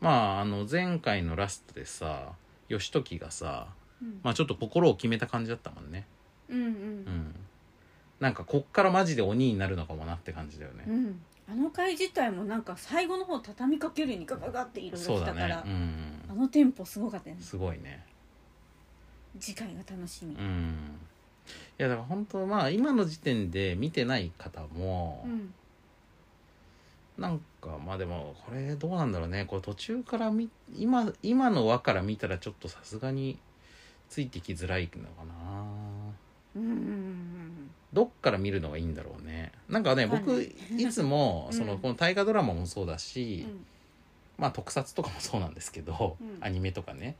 A: まああの前回のラストでさ義時がさ
B: うん
A: まあちょっと心を決めた感じだったもんね
B: うんう
A: うんんなんかこっからマジで鬼になるのかもなって感じだよね、
B: うんあの回自体もなんか最後の方畳みかけるようにガガガっていろいろ
A: そう
B: 来
A: だ
B: たか
A: ね
B: ら、
A: うん
B: あのテンポすごかったよね
A: すごいね
B: 次回が楽しみ
A: う、んいやだから本当まあ今の時点で見てない方も、
B: うん
A: なんかまあでもこれどうなんだろうねこれ途中から見今今の輪から見たらちょっとさすがについてきづらいのかな
B: うんうんうん
A: どっから見るのがいいんだろうねなんかね
B: わかん
A: 僕
B: ない
A: いつも
B: うん
A: そのこの大河ドラマもそうだ
B: うん
A: し、
B: うん
A: まあ特撮とかもそうなんですけど、
B: うん
A: アニメとかね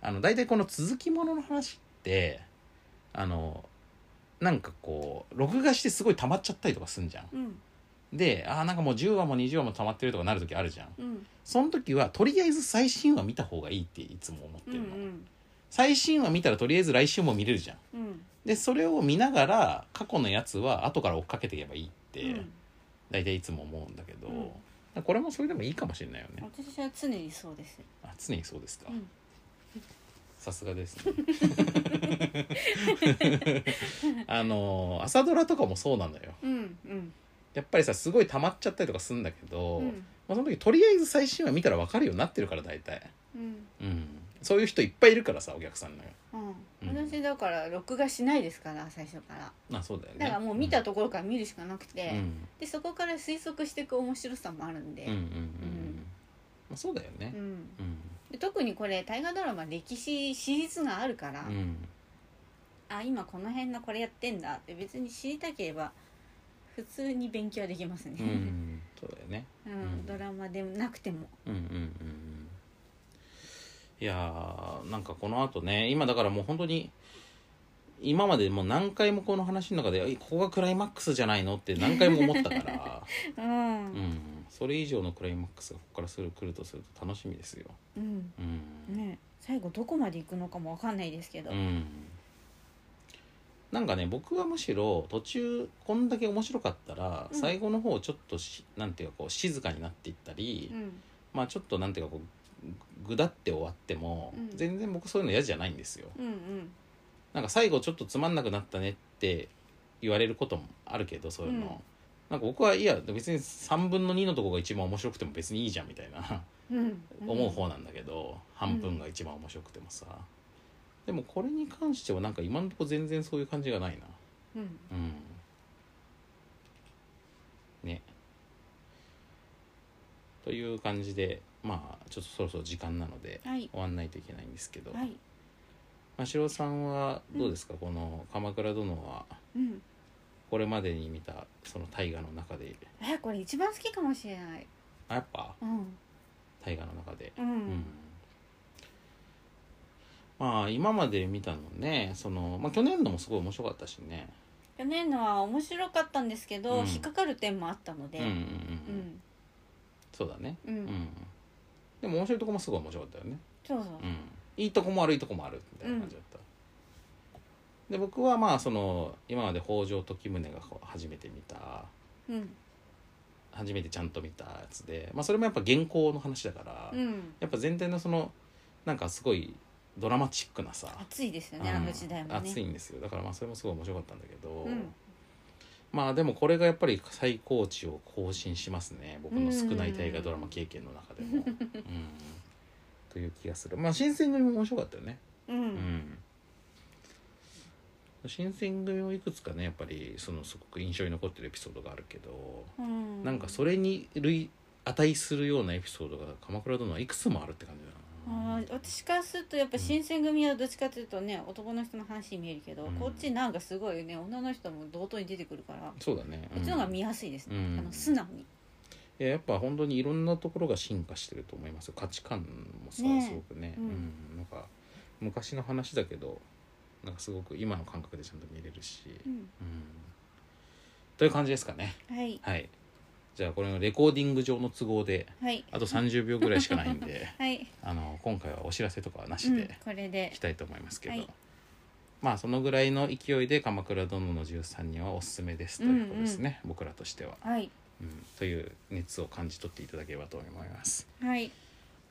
A: あの大体この続きものの話ってあのなんかこう録画してすごい溜まっちゃったりとかすんじゃん
B: うん
A: であーなんかもう10話も20話も溜まってるとかなる時あるじゃん
B: うん
A: その時はとりあえず最新話見た方がいいっていつも思って
B: うんう
A: るの、
B: ん
A: 最新話見たらとりあえず来週も見れるじゃん
B: うん
A: でそれを見ながら過去のやつは後から追っかけていけばいいって、
B: うん
A: 大体いつも思うんだけど、
B: うん
A: だからこれもそれでもいいかもしれないよね
B: 私は常にそうです、
A: あ常にそうですか
B: うん
A: さすがですねあの朝ドラとかもそうなのよ
B: うんうん
A: やっぱりさすごい溜まっちゃったりとかするんだけど、
B: う
A: ま
B: ん
A: あ、その時とりあえず最新話見たら分かるようになってるから大体、
B: うん
A: うん、そういう人いっぱいいるからさお客さんのよ
B: うん、私だから録画しないですから最初から
A: あそうだよね
B: だからもう見たところから見るしかなくて、
A: うん
B: でそこから推測していく面白さもあるん
A: う
B: で,、
A: んうんうんうん
B: うん
A: まあ、そうだよね
B: うん
A: うん
B: で特にこれ大河ドラマ歴史史実があるから、
A: うん
B: あ今この辺のこれやってんだって別に知りたければ普通に勉強はできますね、
A: うんそうだよね
B: うん
A: うん
B: ドラマでなくても
A: うんうんうんうんいやーなんかこのあとね今だからもう本当に今までもう何回もこの話の中でえここがクライマックスじゃないのって何回も思った
B: [laughs]
A: から、
B: うん
A: う、ん、それ以上のクライマックスがここからする来るとすると楽しみですよ、
B: うん
A: うん
B: ね最後どこまで行くのかもわかんないですけど、
A: うん、なんかね僕はむしろ途中こんだけ面白かったら、
B: うん
A: 最後の方ちょっとしなんていうかこう静かになっていったり、
B: うん
A: まあちょっとなんていうかこうぐだって終わっても、
B: うん
A: 全然僕そういうの嫌じゃないんですよ。
B: うん
A: なんか最後ちょっとつまんなくなったねって言われることもあるけどそういうの、
B: うん
A: なんか僕はいや別に3分の2のとこが一番面白くても別にいいじゃんみたいな。
B: うんうん
A: 思う方なんだけど、半分が一番面白くてもさでもこれに関してはなんか今のとこ全然そういう感じがないな
B: うん
A: うんねという感じでまあちょっとそろそろ時間なので
B: はい
A: 終わんないといけないんですけど、
B: はい
A: ましろさんはどうですか、この「鎌倉殿」は
B: うん
A: これまでに見たその大河の中で
B: えこれ一番好きかもしれない
A: あやっぱ
B: うん
A: 大河の中で
B: うん、
A: うんまあ今まで見たのねその、まあ、去年のもすごい面白かったしね
B: 去年のは面白かったんですけど、
A: うん
B: 引っかかる点もあったので
A: うんうんうんう
B: う
A: ん
B: ん
A: そうだね
B: うん、
A: うんうんでも面白いとこもすごい面白かったよね
B: そうそう、
A: うんいいとこも悪いとこもあるみたいな感じだった、で僕はまあその今まで北条時宗がこう初めて見た
B: うん
A: 初めてちゃんと見たやつで、まあ、それもやっぱ原稿の話だから、
B: うん、
A: やっぱ全体のそのなんかすごいドラマチックなさ、
B: 暑いですよ
A: うん
B: ね、あの時代もね
A: 熱いんですよだからまあそれもすごい面白かったんだけど、
B: うん
A: まあでもこれがやっぱり最高値を更新しますね僕の少ない大河ドラマ経験の中
B: [laughs]
A: でも。うんという気がするまあ新選組も面白かったよね。
B: う
A: うんん新選組もいくつかねやっぱりそのすごく印象に残ってるエピソードがあるけど、
B: うん
A: なんかそれに類値するようなエピソードが「鎌倉殿」はいくつもあるって感じだな
B: あー私からするとやっぱ新選組はどっちかというとね男の人の話に見えるけど、
A: うん
B: こっちなんかすごいね女の人も同等に出てくるから、こ
A: そうだね、うん
B: っちの方が見やすいですね、
A: うん
B: あの素直に
A: いややっぱ本当にいろんなところが進化してると思いますよ価値観もさ、
B: ねえ
A: すごくね、
B: うん
A: うんなんか昔の話だけどなんかすごく今の感覚でちゃんと見れるし、
B: う
A: うん
B: ん、
A: という感じですかね
B: はい
A: はいじゃあこれのレコーディング上の都合で
B: はい
A: あと30秒ぐらいしかないんで
B: [laughs] はい、
A: あの今回はお知らせとかはな
B: う
A: し
B: ん
A: で、
B: これ
A: い
B: で
A: きたいと思いますけど、
B: はい
A: まあそのぐらいの勢いで「鎌倉殿の13人」はおすすめですということですね、僕らとしては。
B: はい
A: うんという熱を感じ取っていただければと思います。
B: はい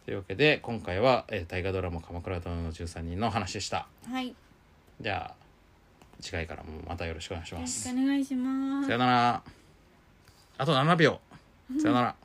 A: というわけで今回は、えー大河ドラマ「鎌倉殿の13人」の話でした。
B: はいよ
A: じゃあ次回からもまたよろしくお願いしま
B: ろし
A: す。
B: くお願いします
A: さよなら。あと7秒。さよなら。